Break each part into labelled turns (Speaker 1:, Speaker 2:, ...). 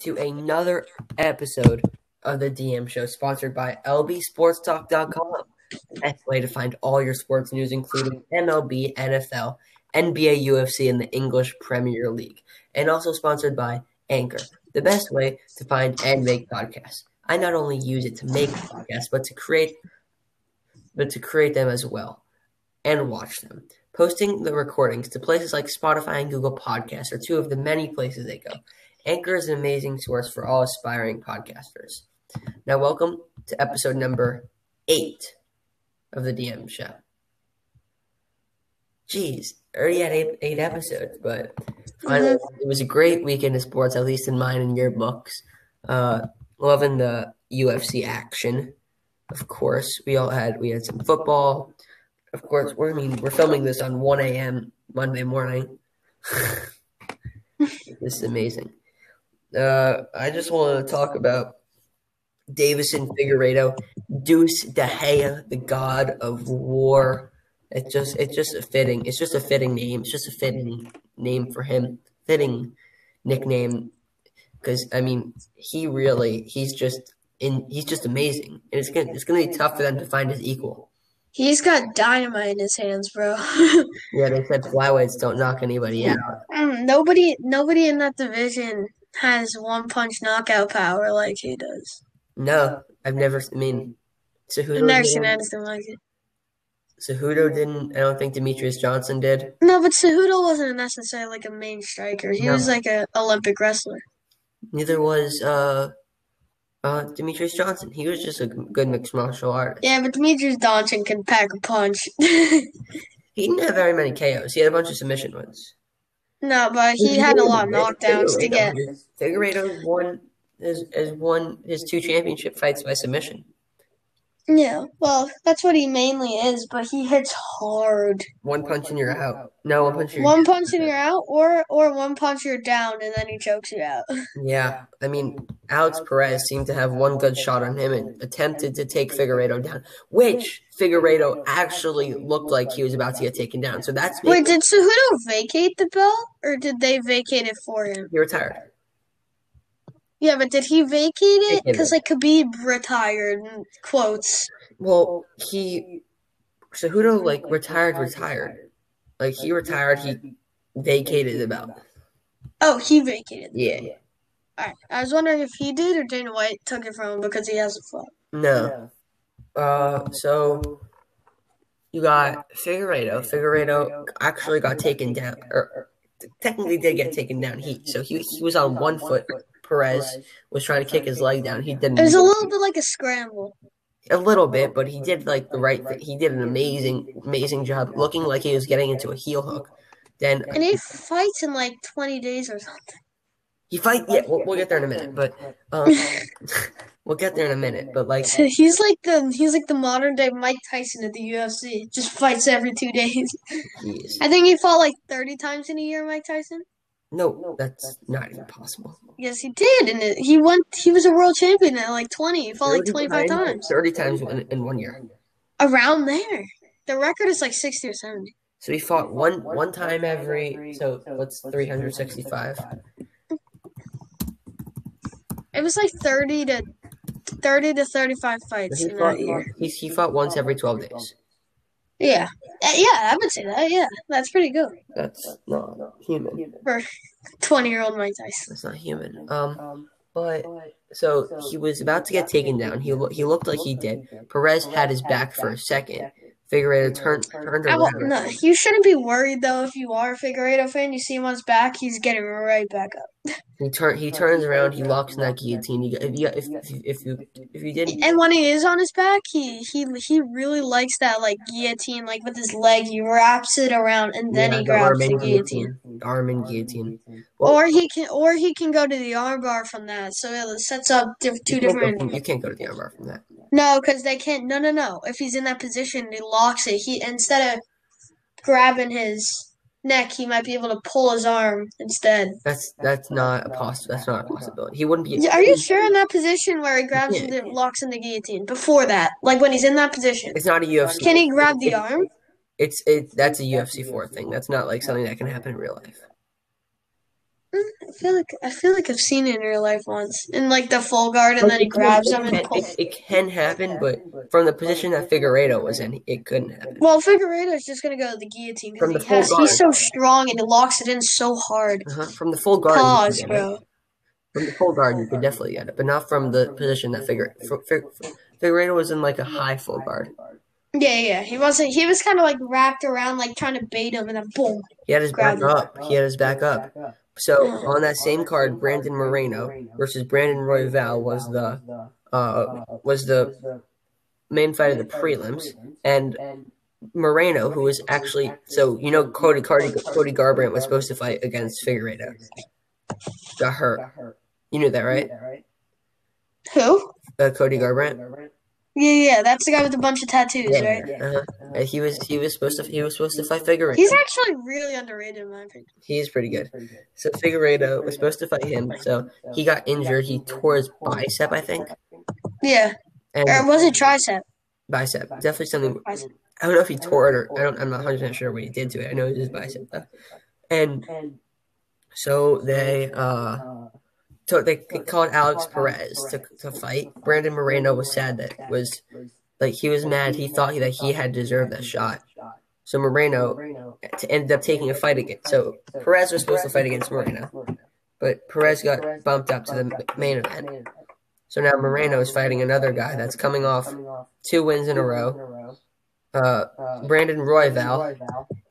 Speaker 1: to another episode of the DM Show, sponsored by LBSportsTalk.com. The best way to find all your sports news, including MLB, NFL, NBA, UFC, and the English Premier League. And also sponsored by Anchor, the best way to find and make podcasts. I not only use it to make podcasts, but to create, but to create them as well, and watch them. Posting the recordings to places like Spotify and Google Podcasts are two of the many places they go. Anchor is an amazing source for all aspiring podcasters. Now, welcome to episode number eight of the DM show. Jeez, already had eight, eight episodes, but finally, it was a great weekend of sports, at least in mine and your books. Uh, loving the UFC action, of course. We all had we had some football. Of course, we're I mean we're filming this on one a.m. Monday morning. this is amazing. Uh, I just want to talk about Davison Figueredo, Deuce De Gea, the god of war. It's just it's just a fitting it's just a fitting name. It's just a fitting name for him. Fitting nickname because I mean he really he's just in he's just amazing. And it's gonna it's gonna be tough for them to find his equal.
Speaker 2: He's got dynamite in his hands, bro.
Speaker 1: Yeah, they said flyweights don't knock anybody out.
Speaker 2: Mm, nobody, nobody in that division has one punch knockout power like he does.
Speaker 1: No, I've never. I mean,
Speaker 2: I've
Speaker 1: Cejudo.
Speaker 2: never seen
Speaker 1: didn't-
Speaker 2: anything like it.
Speaker 1: Cejudo didn't. I don't think Demetrius Johnson did.
Speaker 2: No, but Cejudo wasn't necessarily like a main striker. He
Speaker 1: No.
Speaker 2: was like a Olympic wrestler.
Speaker 1: Neither was uh, uh, Demetrius Johnson. He was just a good mixed martial artist.
Speaker 2: Yeah, but Demetrius Johnson can pack a punch.
Speaker 1: He didn't have very many KOs. He had a bunch of submission wins.
Speaker 2: no, but he had a lot of knockdowns to
Speaker 1: Figueredo-
Speaker 2: get.
Speaker 1: Figueredo won has, has won his two championship fights by submission.
Speaker 2: Yeah, well, that's what he mainly is. But he hits hard.
Speaker 1: One punch and you're out. No, one punch and you're
Speaker 2: One punch and you're out, or or one punch you're down, and then he chokes you out.
Speaker 1: Yeah, I mean, Alex Perez seemed to have one good shot on him and attempted to take Figueredo down, which Figueredo actually looked like he was about to get taken down. So that's
Speaker 2: Wait, did Cejudo vacate the belt, or did they vacate it for him?
Speaker 1: he retired.
Speaker 2: Yeah, but did he vacate it?
Speaker 1: Vacated.
Speaker 2: Because like Khabib retired. in Quotes.
Speaker 1: Well, he Cejudo like retired, retired. Like he retired, he vacated the belt.
Speaker 2: Oh, he vacated.
Speaker 1: Yeah,
Speaker 2: All right. I was wondering if he did or Dana White took it from him because he has a fought.
Speaker 1: no. Uh, so you got Figueredo. Figueredo actually got taken down, or technically did get taken down. He so he he was on one foot. Perez was trying to kick his leg down. He didn't.
Speaker 2: It was a little bit like a scramble.
Speaker 1: a little bit, but he did like the right thing. He did an amazing, amazing job, looking like he was getting into a heel hook. Then
Speaker 2: And he fights in like 20 days or something.
Speaker 1: he fight. Yeah, we'll, we'll get there in a minute, but um, we'll get there in a minute. But like,
Speaker 2: So he's like the he's like the modern day Mike Tyson of the UFC. Just fights every two days.
Speaker 1: geez.
Speaker 2: I think he fought like 30 times in a year, Mike Tyson.
Speaker 1: no, that's not even possible.
Speaker 2: Yes, he did, and it, he went. He was a world champion at like 20. He fought like 25 times
Speaker 1: thirty times in, in one year.
Speaker 2: around there. The record is like 60 or 70.
Speaker 1: So he fought one one time every. So what's three hundred sixty-five?
Speaker 2: It was like 30 to 30 to 35 fights
Speaker 1: He
Speaker 2: in
Speaker 1: fought
Speaker 2: that year.
Speaker 1: he, he fought once every twelve days.
Speaker 2: Yeah, Uh, yeah, I would say that. Yeah, that's pretty good
Speaker 1: That's not human.
Speaker 2: for 20 year old Mike Tyson.
Speaker 1: That's not human. Um,
Speaker 3: Um,
Speaker 1: but so he was about to get taken down. He lo- he looked like he did. Perez had his back for a second. Figueredo turned turned
Speaker 2: I will,
Speaker 1: around.
Speaker 2: no, you shouldn't be worried though. If you are a Figueredo fan, you see him on his back, he's getting right back up.
Speaker 1: He turn he turns around. He locks in that guillotine. You, if you if if you if you, if you didn't
Speaker 2: And when he is on his back, he he he really likes that like guillotine, like with his leg, he wraps it around and then
Speaker 1: Yeah,
Speaker 2: he
Speaker 1: the arm
Speaker 2: grabs the
Speaker 1: and
Speaker 2: guillotine.
Speaker 1: guillotine, arm and guillotine. Well,
Speaker 2: Or he can or he can go to the armbar from that, so it sets up diff- two
Speaker 1: you can't go
Speaker 2: different.
Speaker 1: from- You can't go to the armbar from that.
Speaker 2: No, because they can't. No, no, no. If he's in that position, he locks it. He instead of grabbing his neck, he might be able to pull his arm instead.
Speaker 1: That's that's not a poss. That's not a possibility. He wouldn't be.
Speaker 2: Yeah, Are you sure in that position where he grabs
Speaker 1: Yeah.
Speaker 2: and then locks in the guillotine? Before that, like when he's in that position,
Speaker 1: It's not a UFC.
Speaker 2: can he grab the
Speaker 1: It-
Speaker 2: arm?
Speaker 1: It's it. That's a UFC four thing. That's not like something that can happen in real life.
Speaker 2: I feel like I feel like I've seen it in real life once, in like the full guard, and then he grabs him and
Speaker 1: It,
Speaker 2: pulls.
Speaker 1: it- it can happen, but from the position that Figueredo was in, it couldn't happen.
Speaker 2: Well, Figueredo's just gonna go to the guillotine
Speaker 1: From
Speaker 2: because
Speaker 1: the
Speaker 2: he
Speaker 1: full
Speaker 2: has, he's so
Speaker 1: guard.
Speaker 2: strong and he locks it in so hard.
Speaker 1: Uh-huh. From the full guard, you can
Speaker 2: Pause,
Speaker 1: get it.
Speaker 2: bro.
Speaker 1: From the full guard, you could definitely get it, but not from the position that Figure Fig- Figueredo was in, like a high full guard.
Speaker 2: Yeah, yeah. He wasn't. He was kind of like wrapped around, like trying to bait him, and then boom.
Speaker 1: He had his back
Speaker 2: Grab
Speaker 1: up. He had his back up. So on that same card, Brandon Moreno versus Brandon Royval was the uh, was the main fight of the prelims, and Moreno, who was actually so you know Cody Cody Cody Garbrandt was supposed to fight against Figueredo, got hurt. You knew that, right?
Speaker 2: Who?
Speaker 1: Uh, Cody Garbrandt.
Speaker 2: Yeah, yeah. That's the guy with a bunch of tattoos, right?
Speaker 1: Uh-huh. Uh, he was he was supposed to he was supposed to fight Figueredo.
Speaker 2: He's actually really underrated in my opinion.
Speaker 1: He's pretty good. So Figueredo was supposed to fight him, so he got injured. He tore his bicep, I think,
Speaker 2: Yeah, or
Speaker 1: and
Speaker 2: was it tricep?
Speaker 1: bicep. Definitely something.
Speaker 2: Tricep.
Speaker 1: I don't know if he tore it or I don't. I'm not 100 percent sure what he did to it. I know it was his bicep though. And so they uh, so they called Alex Perez to to fight. Brandon Moreno was sad that was like he was mad. He thought that he had deserved that shot. So Moreno t- ended up taking a fight again. So Perez was supposed to fight against Moreno, but Perez got bumped up to the m- main event. So now Uh, Moreno is fighting another guy that's coming off two wins in a row. Uh, Brandon Royval,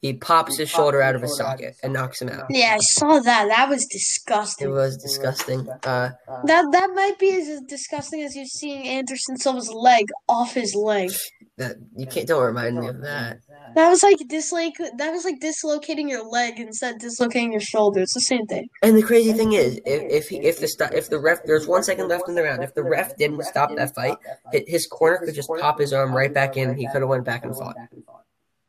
Speaker 1: he pops his shoulder out of his socket and knocks him out.
Speaker 2: Yeah, I saw that. That was
Speaker 1: It
Speaker 2: disgusting.
Speaker 1: was disgusting. Uh,
Speaker 2: That that might be as disgusting as you seeing Anderson Silva's leg off his leg.
Speaker 1: that you can't. Don't remind me of that.
Speaker 2: That was like dislike. That was like dislocating your leg instead of dislocating your shoulder. It's the same thing.
Speaker 1: And the crazy thing is, if if, he, if the sto- if the ref there's one second left in the round, if the ref didn't stop that fight, hi- his corner could just pop his arm right back in. He could have went back and fought.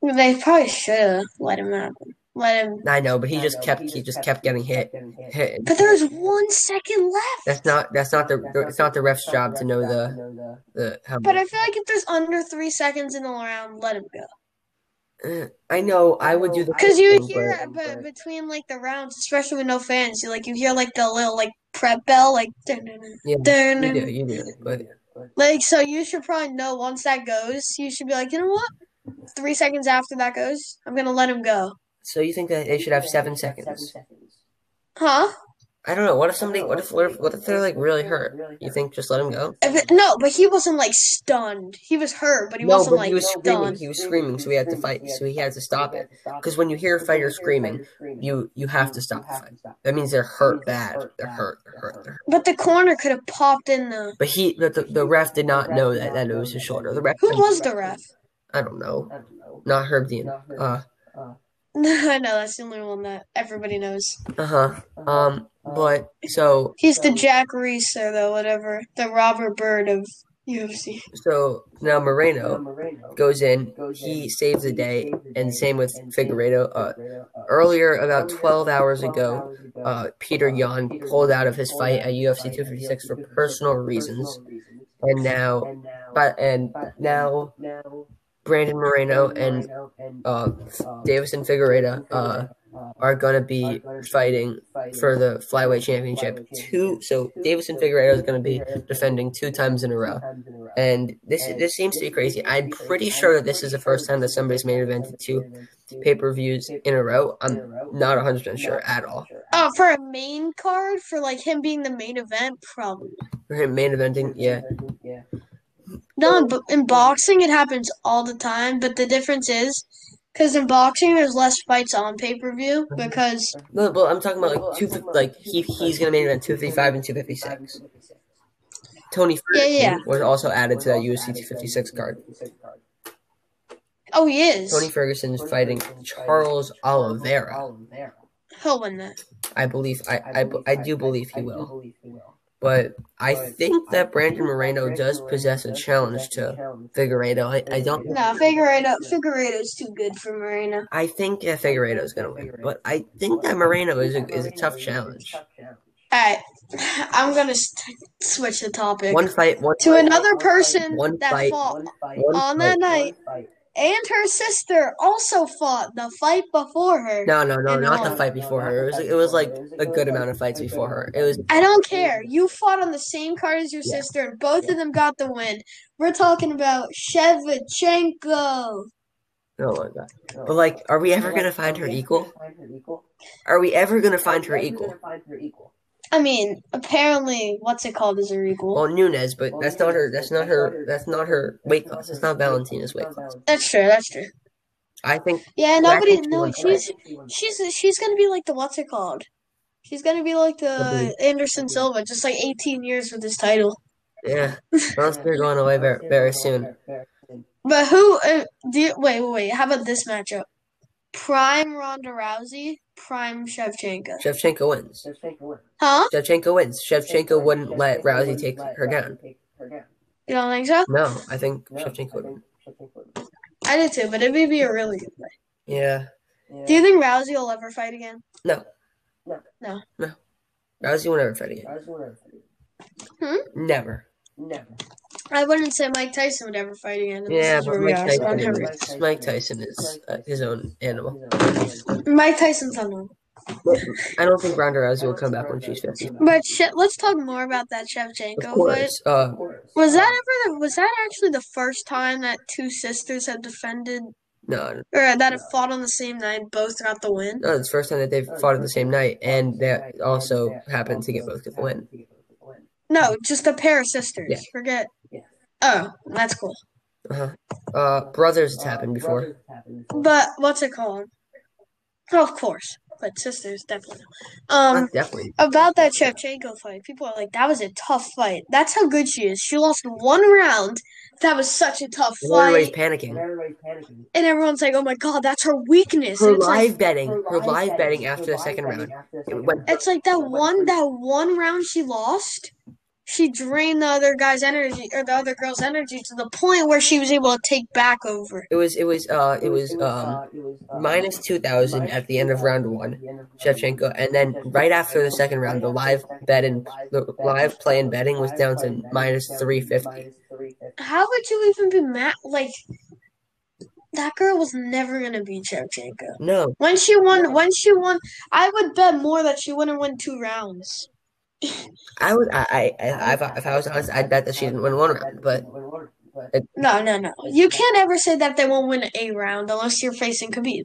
Speaker 2: They probably should have let him out. Let him.
Speaker 1: I know, but he just kept he just kept getting hit. hit.
Speaker 2: But there was one second left.
Speaker 1: That's not that's not the it's not the ref's job to know the the how.
Speaker 2: But I feel like if there's under three seconds in the round, let him go.
Speaker 1: Eh, I know I would do the
Speaker 2: Because you
Speaker 1: same,
Speaker 2: hear
Speaker 1: but-
Speaker 2: it, but between like the rounds, especially with no fans, you like you hear like the little like prep bell, like dun dun dun,
Speaker 1: Yeah,
Speaker 2: dun
Speaker 1: You do
Speaker 2: dun.
Speaker 1: you do, but
Speaker 2: Like so, you should probably know once that goes. You should be like, you know what? Three seconds after that goes, I'm gonna let him go.
Speaker 1: so you think that they should have seven seconds?
Speaker 2: Huh?
Speaker 1: I don't know. What if somebody? What if what if, what if they're like really hurt? You think just let him go?
Speaker 2: If it- no, but he wasn't like stunned. He was hurt, but he
Speaker 1: No,
Speaker 2: wasn't
Speaker 1: but
Speaker 2: like
Speaker 1: he was screaming.
Speaker 2: stunned.
Speaker 1: He was screaming, so he had to fight. So he had to stop it. Because when you hear a fighter screaming, you you have to stop the fight. That means they're hurt bad. They're hurt. They're hurt. They're hurt.
Speaker 2: But the corner could have popped in the.
Speaker 1: But he, but the, the ref did not know that that it was his shoulder. The ref,
Speaker 2: Who was the ref?
Speaker 1: I don't know, not Herb Dean. Uh
Speaker 2: I know that's the only one that everybody knows.
Speaker 1: huh. Uh, Um, but so
Speaker 2: He's the Jack Reese or the whatever, the Robert Bird of UFC.
Speaker 1: so now Moreno goes in. He saves the day, and same with Figueredo. Uh, earlier about 12 hours ago, uh, Peter Yan pulled out of his fight at UFC 256 for personal reasons, and now, but and now Brandon Moreno and uh, Davison Figueredo uh, are gonna be fighting for the flyweight championship. Two, so Davison Figueredo is gonna be defending two times in a row. And this this seems to be crazy. I'm pretty sure that this is the first time that somebody's main evented two pay per views in a row. I'm not 100% sure at all.
Speaker 2: Oh, for a main card for like him being the main event, probably.
Speaker 1: For him main eventing, yeah.
Speaker 2: No, in, bo- in boxing it happens all the time, but the difference is because in boxing there's less fights on pay per view
Speaker 1: Mm-hmm.
Speaker 2: because
Speaker 1: No, but I'm talking about like two, like he he's gonna main event 255 and 256. Tony
Speaker 2: Yeah, yeah.
Speaker 1: Ferguson was also added to that UFC 256 card.
Speaker 2: oh he is
Speaker 1: Tony Ferguson is fighting Charles Oliveira.
Speaker 2: he'll win that.
Speaker 1: I believe I, I, I do believe he will. But I think that Brandon Moreno does possess a challenge to Figueredo. I, I don't
Speaker 2: No, Figueredo Figueredo's too good for Moreno.
Speaker 1: I think that Figueredo is gonna win, but I think that Moreno is a, is a tough challenge.
Speaker 2: All right, I'm gonna st- switch the topic
Speaker 1: One fight, one
Speaker 2: to
Speaker 1: fight,
Speaker 2: another person
Speaker 1: One
Speaker 2: that
Speaker 1: fight.
Speaker 2: fought
Speaker 1: one
Speaker 2: on that
Speaker 1: fight.
Speaker 2: night and her sister also fought the fight before her.
Speaker 1: No, no, no,
Speaker 2: And
Speaker 1: not
Speaker 2: on.
Speaker 1: the fight before her. It was, it was like a good amount of fights before her. It was
Speaker 2: I don't care. You fought on the same card as your
Speaker 1: Yeah.
Speaker 2: sister, and both of them got the win. We're talking about Shevchenko.
Speaker 1: oh my god. But like, are we ever gonna find her equal? Are we ever gonna find her equal?
Speaker 2: I mean, apparently, what's it called is her equal.
Speaker 1: Well, Nunez, but that's not her. That's not her. That's not her weight class. It's not Valentina's weight class.
Speaker 2: that's true. That's true.
Speaker 1: I think
Speaker 2: Yeah,
Speaker 1: Well, I
Speaker 2: nobody.
Speaker 1: think she
Speaker 2: No,
Speaker 1: wins,
Speaker 2: she's she's she's gonna be like the what's it called? She's gonna be like the Anderson Silva, just like 18 years with his title.
Speaker 1: yeah, Monster going away very, very soon.
Speaker 2: But who? Uh, do you, wait, wait, wait. How about this matchup? Prime Ronda Rousey, Prime Shevchenko.
Speaker 1: Shevchenko wins.
Speaker 2: Huh?
Speaker 1: Shevchenko wins. Shevchenko wouldn't let Rousey take her down.
Speaker 2: You don't think so?
Speaker 1: No, I think Shevchenko would.
Speaker 2: I did too, but it would be a really good fight.
Speaker 1: Yeah,
Speaker 2: Do you think Rousey will ever fight again?
Speaker 1: Rousey will never fight again. Never.
Speaker 2: I wouldn't say Mike Tyson would ever fight again. and this
Speaker 1: Yeah,
Speaker 2: is
Speaker 1: but
Speaker 2: where we
Speaker 1: Mike
Speaker 2: are, so I'm
Speaker 1: Tyson,
Speaker 2: never-
Speaker 1: is, Mike Tyson is uh, his own animal.
Speaker 2: Mike Tyson's on one.
Speaker 1: I don't think Ronda Rousey will come back when she's fifty.
Speaker 2: But she- let's talk more about that
Speaker 1: Of
Speaker 2: Shevchenko fight.
Speaker 1: course. Uh,
Speaker 2: Was that ever? The, was that actually the first time that two sisters had defended
Speaker 1: no,
Speaker 2: or that have fought on the same night, and both got the win?
Speaker 1: no, it's the first time that they've fought on the same night, and that also happened to get both get the win.
Speaker 2: No, just a pair of sisters.
Speaker 1: Yeah.
Speaker 2: Forget.
Speaker 3: Yeah.
Speaker 2: Oh, that's cool.
Speaker 1: Uh-huh. Uh, brothers, it's happened before.
Speaker 2: But what's it called? Oh, of course, but sisters definitely. Um,
Speaker 1: Not definitely.
Speaker 2: about that Shevchenko fight, people are like, "That was a tough fight." That's how good she is. She lost one round. That was such a tough
Speaker 1: Everybody's
Speaker 2: fight,
Speaker 1: panicking.
Speaker 2: and everyone's like, "Oh my god, that's her weakness."
Speaker 1: Her
Speaker 2: and it's like,
Speaker 1: live betting, her live betting after the second round. It went-
Speaker 2: It's like that one that one round she lost, she drained the other guy's energy or the other girl's energy to the point where she was able to take back over.
Speaker 1: It was, it was, uh, it was um, minus two thousand at the end of round one, Shevchenko, and then right after the second round, the live bet and the live play and betting was down to minus three fifty.
Speaker 2: How would you even be mad? Like that girl was never gonna beat Shevchenko.
Speaker 1: No,
Speaker 2: When she won, when she won, I would bet more that she wouldn't win two rounds.
Speaker 1: I would, I, I, I if, I, if I was honest, I'd bet that she didn't win one round, but
Speaker 2: No, no, no. You can't ever say that they won't win a round unless you're facing Khabib.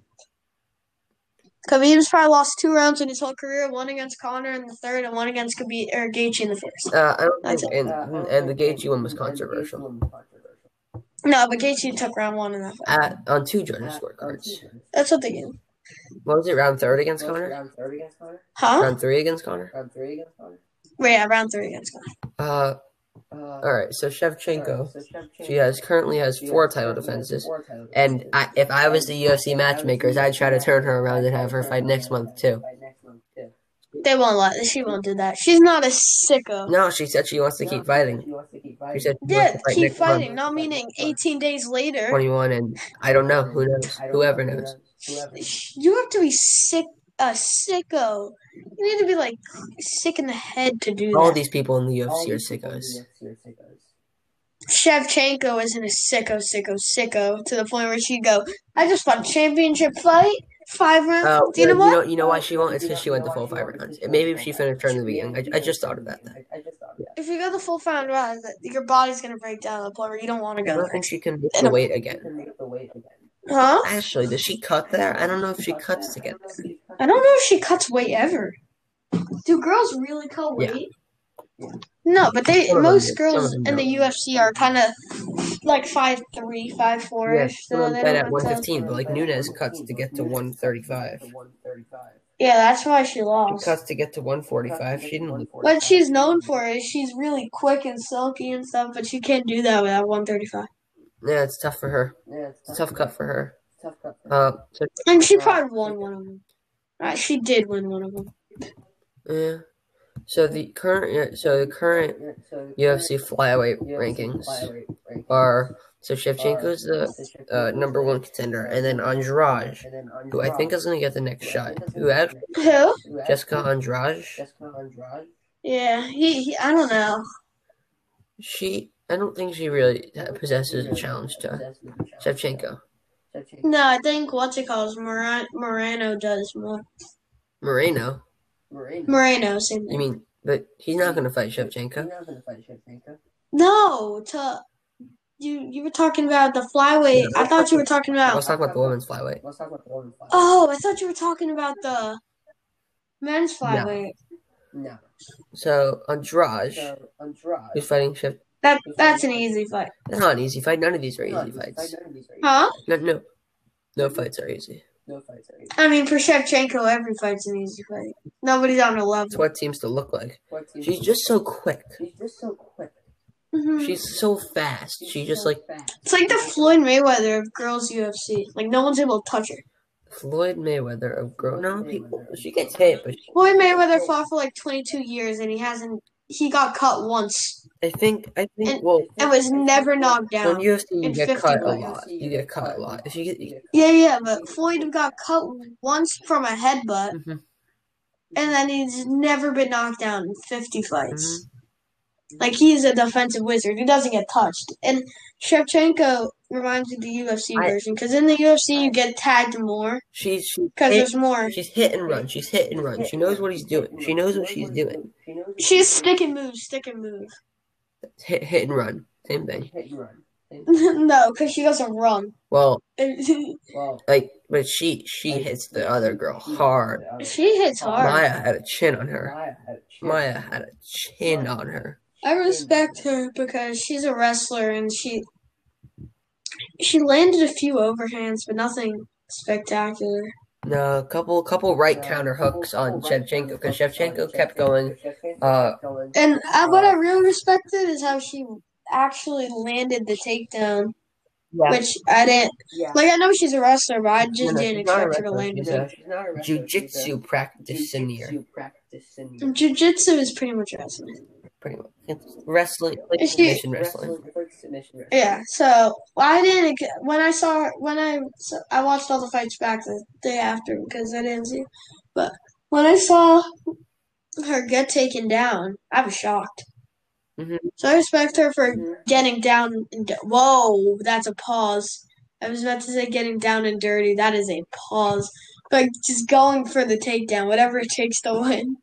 Speaker 2: Khabib's probably lost two rounds in his whole career, one against Connor in the third, and one against Khabib or Gaethje in the first.
Speaker 1: uh, I don't
Speaker 2: That's
Speaker 1: think, and and the Gaethje one was controversial.
Speaker 2: No, but Gaethje took round one in that fight.
Speaker 1: Uh on two judges' scorecards.
Speaker 2: That's what they did.
Speaker 1: What was it? Round third against Connor.
Speaker 2: Huh?
Speaker 1: Round three against Connor.
Speaker 2: Wait, yeah, round three against Connor.
Speaker 1: Uh, all right. So Shevchenko, she has currently has four title defenses. And I, if I was the UFC matchmakers, I'd try to turn her around and have her fight next month too.
Speaker 2: They won't let. She won't do that. She's not a sicko.
Speaker 1: No, she said she wants to keep fighting. She said she wants
Speaker 2: Yeah,
Speaker 1: to fight
Speaker 2: keep
Speaker 1: next month,
Speaker 2: fighting. Not meaning 18 days later.
Speaker 1: 21, and I don't know. Who knows? Whoever knows.
Speaker 2: You have to be sick, a sicko. You need to be like sick in the head to do
Speaker 1: All
Speaker 2: that.
Speaker 1: these people in the UFC are sickos.
Speaker 2: Shevchenko isn't a sicko, sicko, sicko to the point where she'd go, I just fought a championship fight, five rounds.
Speaker 1: Uh,
Speaker 2: Do you know
Speaker 1: you
Speaker 2: what?
Speaker 1: know, you know why she won't? It's because she went the full five rounds. Maybe if she finished her in the beginning. I, I just thought of that. Then.
Speaker 2: If you go the full five rounds, your body's going to break down to the point where you don't want to
Speaker 1: I
Speaker 2: go
Speaker 1: don't
Speaker 2: there.
Speaker 1: think she can make the weight again.
Speaker 2: Huh?
Speaker 1: Actually, does she cut there? I don't know if she cuts to get there.
Speaker 2: I don't know if she cuts weight ever. Do girls really cut
Speaker 1: Yeah.
Speaker 2: weight? No, but they
Speaker 1: Some of them
Speaker 2: most
Speaker 1: do.
Speaker 2: girls
Speaker 1: Some of them
Speaker 2: in the UFC are kind of like five three, five four.
Speaker 1: Yeah,
Speaker 2: ish. so they
Speaker 1: bet at
Speaker 2: don't have to.
Speaker 1: 115, but like Nunez cuts to get to 135.
Speaker 2: Yeah, that's why she
Speaker 1: She
Speaker 2: lost.
Speaker 1: cuts to get to 145. She didn't.
Speaker 2: What she's known for is she's really quick and silky and stuff, but she can't do that without 135.
Speaker 1: Yeah, it's tough for her. It's a tough cut for her. Uh, so,
Speaker 2: And she probably won one of them. Uh, she did win one of them.
Speaker 1: yeah. So the current, so the current UFC flyweight rankings are so Shevchenko's the uh, number one contender, and then Andrade, who I think is gonna get the next shot. Who had
Speaker 2: Who?
Speaker 1: Jessica Andrade?
Speaker 2: Yeah, he, he. I don't know.
Speaker 1: She, I don't think she really possesses a challenge to Shevchenko. touching.
Speaker 2: No, I think what's it called? Moran- Morano does more.
Speaker 1: Moreno.
Speaker 3: Moreno.
Speaker 2: Moreno, same
Speaker 1: You
Speaker 2: thing.
Speaker 1: mean, but he's not going to fight
Speaker 3: He's
Speaker 1: Shevchenko.
Speaker 3: not gonna fight Shevchenko.
Speaker 2: No, to you. You were talking about the flyweight. I thought you were talking about.
Speaker 1: Let's talk about the women's flyweight.
Speaker 3: Let's talk about the women's fight.
Speaker 2: Oh, I thought you were talking about the men's flyweight.
Speaker 3: No.
Speaker 1: So Andrade,
Speaker 3: So Andrade.
Speaker 1: who's fighting Shev,
Speaker 2: That that's an easy fight,
Speaker 1: that's not an easy fight. None of these are
Speaker 3: No,
Speaker 1: easy
Speaker 3: these-
Speaker 1: fights.
Speaker 3: none of these are easy.
Speaker 2: huh?
Speaker 1: No, no, no fights are easy.
Speaker 3: No fights are easy.
Speaker 2: I mean, for Shevchenko, every fight's an easy fight. Nobody's on her
Speaker 1: That's
Speaker 2: level.
Speaker 1: what it seems to look like.
Speaker 3: What team-
Speaker 1: She's just so quick.
Speaker 3: She's just so quick.
Speaker 2: Mhm.
Speaker 1: She's so fast. She just
Speaker 3: so
Speaker 1: like
Speaker 3: fast.
Speaker 2: It's like the Floyd Mayweather of girls UFC. Like no one's able to touch her.
Speaker 1: Floyd Mayweather of grown. No, people. She gets hit, but she-
Speaker 2: Floyd Mayweather fought for like 22 years and he hasn't. He got cut once
Speaker 1: I think I think
Speaker 2: And-
Speaker 1: well,
Speaker 2: and was never knocked
Speaker 1: when
Speaker 2: down.
Speaker 1: UFC you
Speaker 2: in
Speaker 1: get
Speaker 2: 50
Speaker 1: cut a
Speaker 2: million.
Speaker 1: lot. You get cut a lot. If you get,
Speaker 2: Yeah, yeah, but Floyd got cut once from a headbutt,
Speaker 1: Mhm.
Speaker 2: and then he's never been knocked down in 50 fights.
Speaker 1: Mhm.
Speaker 2: Like he's a defensive wizard. He doesn't get touched. And Shevchenko reminds me of the UFC
Speaker 1: I-
Speaker 2: version because in the UFC you get tagged more
Speaker 1: she's she's
Speaker 2: because
Speaker 1: hit,
Speaker 2: there's more.
Speaker 1: she's hit and run. She's hit and run. She knows what he's doing. She knows what she's doing.
Speaker 3: She knows what
Speaker 2: She's stick and move, stick and move.
Speaker 1: Hit hit and run. Same
Speaker 3: doing.
Speaker 1: thing.
Speaker 3: Hit and run.
Speaker 2: no, because she doesn't run.
Speaker 1: Well,
Speaker 2: she
Speaker 3: Well,
Speaker 1: like, but she she hits the other girl hard.
Speaker 2: hits hard.
Speaker 1: Maya had a chin on her. uh,
Speaker 3: Maya had a chin.
Speaker 1: Maya had a chin on her.
Speaker 2: I respect her because she's a wrestler and she she landed a few overhands, but nothing spectacular.
Speaker 1: No, a couple couple right
Speaker 3: Uh,
Speaker 1: counter
Speaker 3: couple-
Speaker 1: hooks on
Speaker 3: couple right
Speaker 1: Shevchenko
Speaker 3: counter
Speaker 1: because
Speaker 3: hooks on
Speaker 1: Shevchenko kept
Speaker 3: Shevchenko.
Speaker 1: going.
Speaker 3: Shevchenko
Speaker 1: Uh,
Speaker 3: kept going.
Speaker 2: And I, what I really respected is how she actually landed the takedown,
Speaker 1: Yeah.
Speaker 2: which I didn't
Speaker 3: yeah.
Speaker 2: like. I know she's a wrestler, but I
Speaker 1: No,
Speaker 2: just
Speaker 1: no,
Speaker 2: didn't
Speaker 1: she's not a
Speaker 2: expect her to
Speaker 1: wrestler.
Speaker 2: land
Speaker 1: She's
Speaker 2: it.
Speaker 1: a
Speaker 3: She's not a wrestler, she's a
Speaker 1: jujitsu practitioner,
Speaker 3: jiu-jitsu practitioner.
Speaker 2: Jiu-jitsu is pretty much wrestling.
Speaker 1: pretty much. It's wrestling, like
Speaker 2: Is she-
Speaker 1: submission wrestling.
Speaker 3: Wrestling, like submission wrestling.
Speaker 2: Yeah. So I didn't when I saw her- when I so I watched all the fights back the day after because I didn't see. But when I saw her get taken down, I was shocked.
Speaker 1: Mhm.
Speaker 2: So I respect her for
Speaker 3: Mhm.
Speaker 2: getting down and di- whoa that's a pause i was about to say getting down and dirty that is a pause but just going for the takedown whatever it takes to win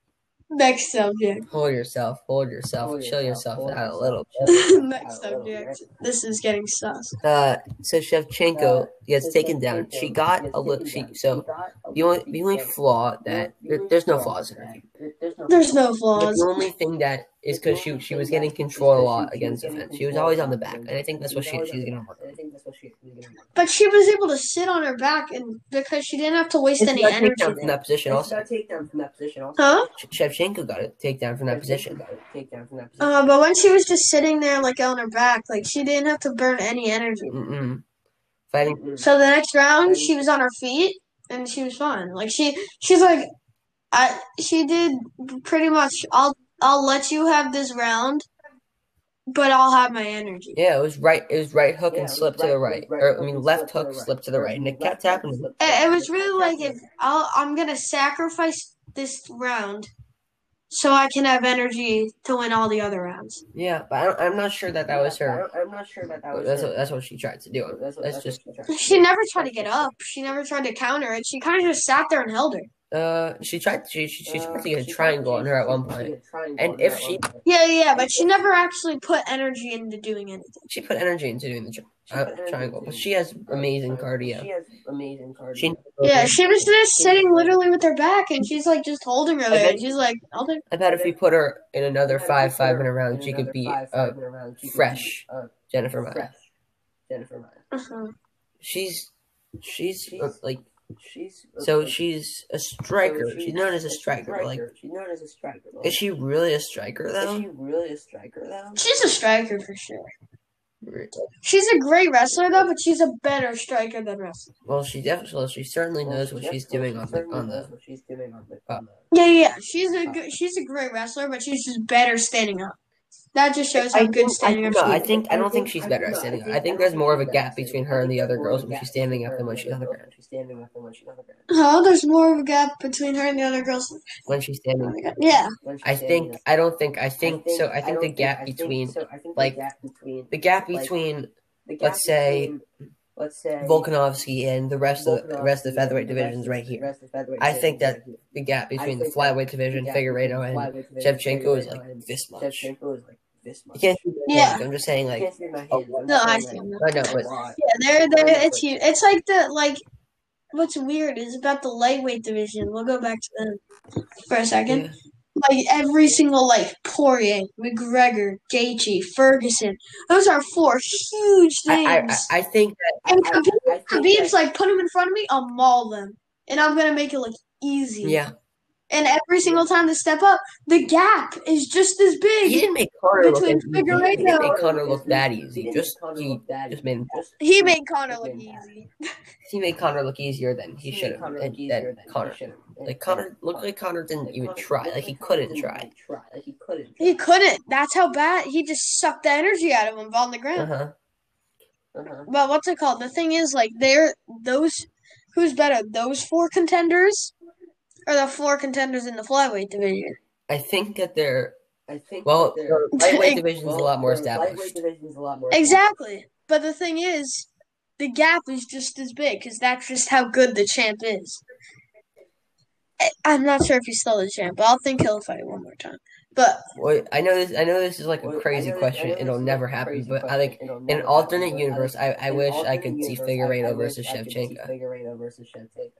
Speaker 2: next subject
Speaker 1: Hold yourself, hold yourself,
Speaker 3: Hold
Speaker 1: chill
Speaker 3: yourself,
Speaker 1: yourself
Speaker 3: hold
Speaker 1: out a
Speaker 3: yourself.
Speaker 1: little bit.
Speaker 2: next subject this is getting sus
Speaker 1: Uh, so Shevchenko
Speaker 3: Uh,
Speaker 1: gets taken down. She got a little. She so the only the only flaw that there, there's no flaws in her.
Speaker 2: there's no
Speaker 1: But
Speaker 2: flaws
Speaker 1: the only thing that is because she she was getting control a lot against the fence. She was always on the back, and I think that's what she she's gonna work.
Speaker 3: I think that's what she's gonna work.
Speaker 2: but she was able to sit on her back and because she didn't have to waste
Speaker 1: It's
Speaker 2: any
Speaker 1: got
Speaker 2: energy
Speaker 1: takedown from that position.
Speaker 3: It's
Speaker 1: Also,
Speaker 3: got takedown from that position. Also,
Speaker 2: huh
Speaker 1: Sh- Shevchenko got a takedown from that position.
Speaker 3: Takedown from that position.
Speaker 2: uh, but when she was just sitting there like on her back like she didn't have to burn any energy
Speaker 1: Mm-mm. Fighting.
Speaker 3: Mm-mm.
Speaker 2: So the next round, she was on her feet and she was fine. Like she, she's like, I. She did pretty much. I'll I'll let you have this round, but I'll have my energy.
Speaker 1: Yeah, it was right. It was right hook
Speaker 3: Yeah,
Speaker 1: and
Speaker 3: it
Speaker 1: slip
Speaker 3: was
Speaker 1: to the
Speaker 3: right-
Speaker 1: right,
Speaker 3: right
Speaker 1: or
Speaker 3: hook
Speaker 1: I mean
Speaker 3: and
Speaker 1: left hook, slip to the right, and it kept happening.
Speaker 3: Slip to the
Speaker 2: It, it
Speaker 3: right.
Speaker 2: was really like if I'll, I'm gonna sacrifice this round, so I can have energy to win all the other rounds.
Speaker 1: Yeah, but I don't, I'm not sure that that was
Speaker 3: I
Speaker 1: her.
Speaker 3: don't- I'm not sure that that was
Speaker 1: That's
Speaker 3: her.
Speaker 1: what, that's what she tried to do.
Speaker 3: That's what-
Speaker 1: That's
Speaker 3: that's
Speaker 1: just
Speaker 3: what she tried.
Speaker 2: She never tried to get up. She never tried to counter it. She kind of just sat there and held her.
Speaker 1: uh, she tried. She she, she tried
Speaker 3: Uh,
Speaker 1: to get a
Speaker 3: she
Speaker 1: triangle
Speaker 3: tried-
Speaker 1: on her at
Speaker 3: she-
Speaker 1: one
Speaker 3: she
Speaker 1: point.
Speaker 3: did a triangle
Speaker 1: And
Speaker 3: on
Speaker 1: if
Speaker 3: her at
Speaker 1: she-
Speaker 3: one point.
Speaker 2: Yeah, yeah, but she never actually put energy into doing anything.
Speaker 1: She put energy into doing the tri-
Speaker 3: She put
Speaker 1: uh,
Speaker 3: energy
Speaker 1: triangle, but
Speaker 3: into-
Speaker 1: she has amazing
Speaker 3: She
Speaker 1: cardio.
Speaker 3: has amazing cardio.
Speaker 1: She
Speaker 2: Yeah, she was there sitting literally with her back, and she's like just holding her there. And she's like, I'll do-
Speaker 1: I bet if we put her in another
Speaker 3: If we
Speaker 1: five
Speaker 3: put
Speaker 1: five
Speaker 3: her
Speaker 1: minute
Speaker 3: in
Speaker 1: round, she
Speaker 3: another
Speaker 1: could beat
Speaker 3: five,
Speaker 1: uh,
Speaker 3: five minute round, she could
Speaker 1: fresh.
Speaker 3: beat, uh,
Speaker 1: Jennifer Maya.
Speaker 3: fresh Jennifer Maya.
Speaker 2: Uh-huh.
Speaker 1: She's she's uh,
Speaker 3: She's-
Speaker 1: like
Speaker 3: She's
Speaker 1: so
Speaker 3: she's
Speaker 1: she's a
Speaker 3: so
Speaker 1: striker. She's known as a striker. Like
Speaker 3: she's known as a striker. Like,
Speaker 1: is she really a striker
Speaker 3: is
Speaker 1: though?
Speaker 3: she really a striker though?
Speaker 2: She's a striker for sure. She's a great wrestler though, but she's a better striker than wrestler.
Speaker 1: Well, she definitely she certainly
Speaker 3: Well,
Speaker 1: knows
Speaker 3: she
Speaker 1: what she's
Speaker 3: definitely-
Speaker 1: doing on
Speaker 3: she
Speaker 1: the
Speaker 3: certainly
Speaker 1: on
Speaker 3: knows
Speaker 1: the.
Speaker 3: what she's doing on the.
Speaker 1: Uh,
Speaker 3: on the-
Speaker 2: Yeah, yeah, she's a good, she's a great wrestler, but she's just better standing up. That just shows how good standing up
Speaker 1: No,
Speaker 2: she
Speaker 1: I
Speaker 2: is.
Speaker 1: think I don't think she's better at standing up. I think there's more of a gap between her and the other girls when she's standing up than when she's on the ground.
Speaker 3: She's standing up than when she's on the ground.
Speaker 2: Oh, there's more of a gap between her and the other girls.
Speaker 1: When she's standing,
Speaker 2: Yeah,
Speaker 3: When she's
Speaker 1: I
Speaker 3: standing
Speaker 1: think
Speaker 3: up.
Speaker 1: I don't think I think so. I think the gap between
Speaker 3: so I think
Speaker 1: like,
Speaker 3: the gap between
Speaker 1: the gap
Speaker 3: like,
Speaker 1: between
Speaker 3: the gap
Speaker 1: let's say-
Speaker 3: between- let's say
Speaker 1: Volkanovski and the rest of the
Speaker 3: Volkanovski
Speaker 1: rest of the featherweight
Speaker 3: and the
Speaker 1: divisions
Speaker 3: rest of-
Speaker 1: right here.
Speaker 3: the rest of the featherweight
Speaker 1: I think
Speaker 3: division's right
Speaker 1: The gap between the
Speaker 3: think
Speaker 1: flyweight division,
Speaker 3: gap
Speaker 1: Figueredo, and
Speaker 3: here. Flyweight division,
Speaker 1: Shevchenko is
Speaker 3: Figueiredo
Speaker 1: like
Speaker 3: and
Speaker 1: this much. You
Speaker 3: Shevchenko is like this much.
Speaker 1: can't see my
Speaker 2: Yeah.
Speaker 1: hands, I'm just saying
Speaker 3: I
Speaker 1: like
Speaker 3: can't see my
Speaker 1: Oh,
Speaker 3: hands. I'm
Speaker 2: No, I
Speaker 3: saying,
Speaker 2: see
Speaker 3: like,
Speaker 2: them.
Speaker 1: I know, but
Speaker 3: a lot.
Speaker 2: Yeah, they're they're it's huge. It's like the like what's weird is about the lightweight division. We'll go back to them for a second.
Speaker 1: yeah.
Speaker 2: Like every single like Poirier, McGregor, Gaethje, Ferguson. Those are four huge things.
Speaker 1: I, I I think that
Speaker 2: and
Speaker 3: I-
Speaker 2: Khabib,
Speaker 3: I think
Speaker 2: Khabib's
Speaker 3: that-
Speaker 2: like put them in front of me, I'll maul them, and I'm gonna make it look easy.
Speaker 1: yeah,
Speaker 2: And every single time they step up, the gap is just as big.
Speaker 1: he didn't make Connor look.
Speaker 2: Between
Speaker 1: easy. He didn't
Speaker 2: Figueredo-
Speaker 1: make Connor look that
Speaker 3: He
Speaker 1: easy.
Speaker 3: didn't
Speaker 1: Just
Speaker 3: Conor
Speaker 1: he
Speaker 3: look that
Speaker 1: just
Speaker 3: easy.
Speaker 1: made
Speaker 3: Just-
Speaker 2: He made Connor look
Speaker 3: Yeah.
Speaker 2: easy.
Speaker 1: he made Connor look easier than he
Speaker 3: made
Speaker 1: should have.
Speaker 3: Conor
Speaker 1: And
Speaker 3: look easier
Speaker 1: then
Speaker 3: than he
Speaker 1: Connor,
Speaker 3: should've. And-
Speaker 1: like Connor,
Speaker 3: and
Speaker 1: looked like Connor didn't
Speaker 3: Like,
Speaker 1: even
Speaker 3: Connor-
Speaker 1: try.
Speaker 3: looked
Speaker 1: Like he
Speaker 3: Connor
Speaker 1: couldn't
Speaker 3: didn't
Speaker 1: try.
Speaker 3: even try. Like he couldn't.
Speaker 2: He couldn't. That's how bad. He just sucked the energy out of him on the
Speaker 1: Uh
Speaker 2: ground.
Speaker 1: huh.
Speaker 3: Uh-huh.
Speaker 2: But what's it called? The thing is, like, they're those. Who's better, those four contenders, or the four contenders in the flyweight division?
Speaker 1: I think that they're
Speaker 3: I think.
Speaker 1: well.
Speaker 3: that
Speaker 1: The lightweight
Speaker 2: Well,
Speaker 1: division is a
Speaker 3: well,
Speaker 1: lot more
Speaker 3: the Lightweight
Speaker 1: established.
Speaker 3: division's a lot more.
Speaker 2: Exactly. But the thing is, the gap is just as big because that's just how good the champ is. I- I'm not sure if he's still the champ, but I'll think he'll fight one more time. But
Speaker 1: Well, I know this. I know this is like
Speaker 3: Well,
Speaker 1: a
Speaker 3: I
Speaker 1: crazy
Speaker 3: know this- I
Speaker 1: question.
Speaker 3: know this
Speaker 1: It'll
Speaker 3: is
Speaker 1: never
Speaker 3: a
Speaker 1: happen.
Speaker 3: crazy
Speaker 1: But I
Speaker 3: question.
Speaker 1: like
Speaker 3: It'll
Speaker 1: in
Speaker 3: never
Speaker 1: an
Speaker 3: happen,
Speaker 1: alternate
Speaker 3: but I-
Speaker 1: universe, I, I
Speaker 3: in
Speaker 1: wish I
Speaker 3: alternate
Speaker 1: could see
Speaker 3: universe, I- I
Speaker 1: Figueredo versus
Speaker 3: wish I could see
Speaker 1: Shevchenko.
Speaker 3: Figueredo versus Shevchenko.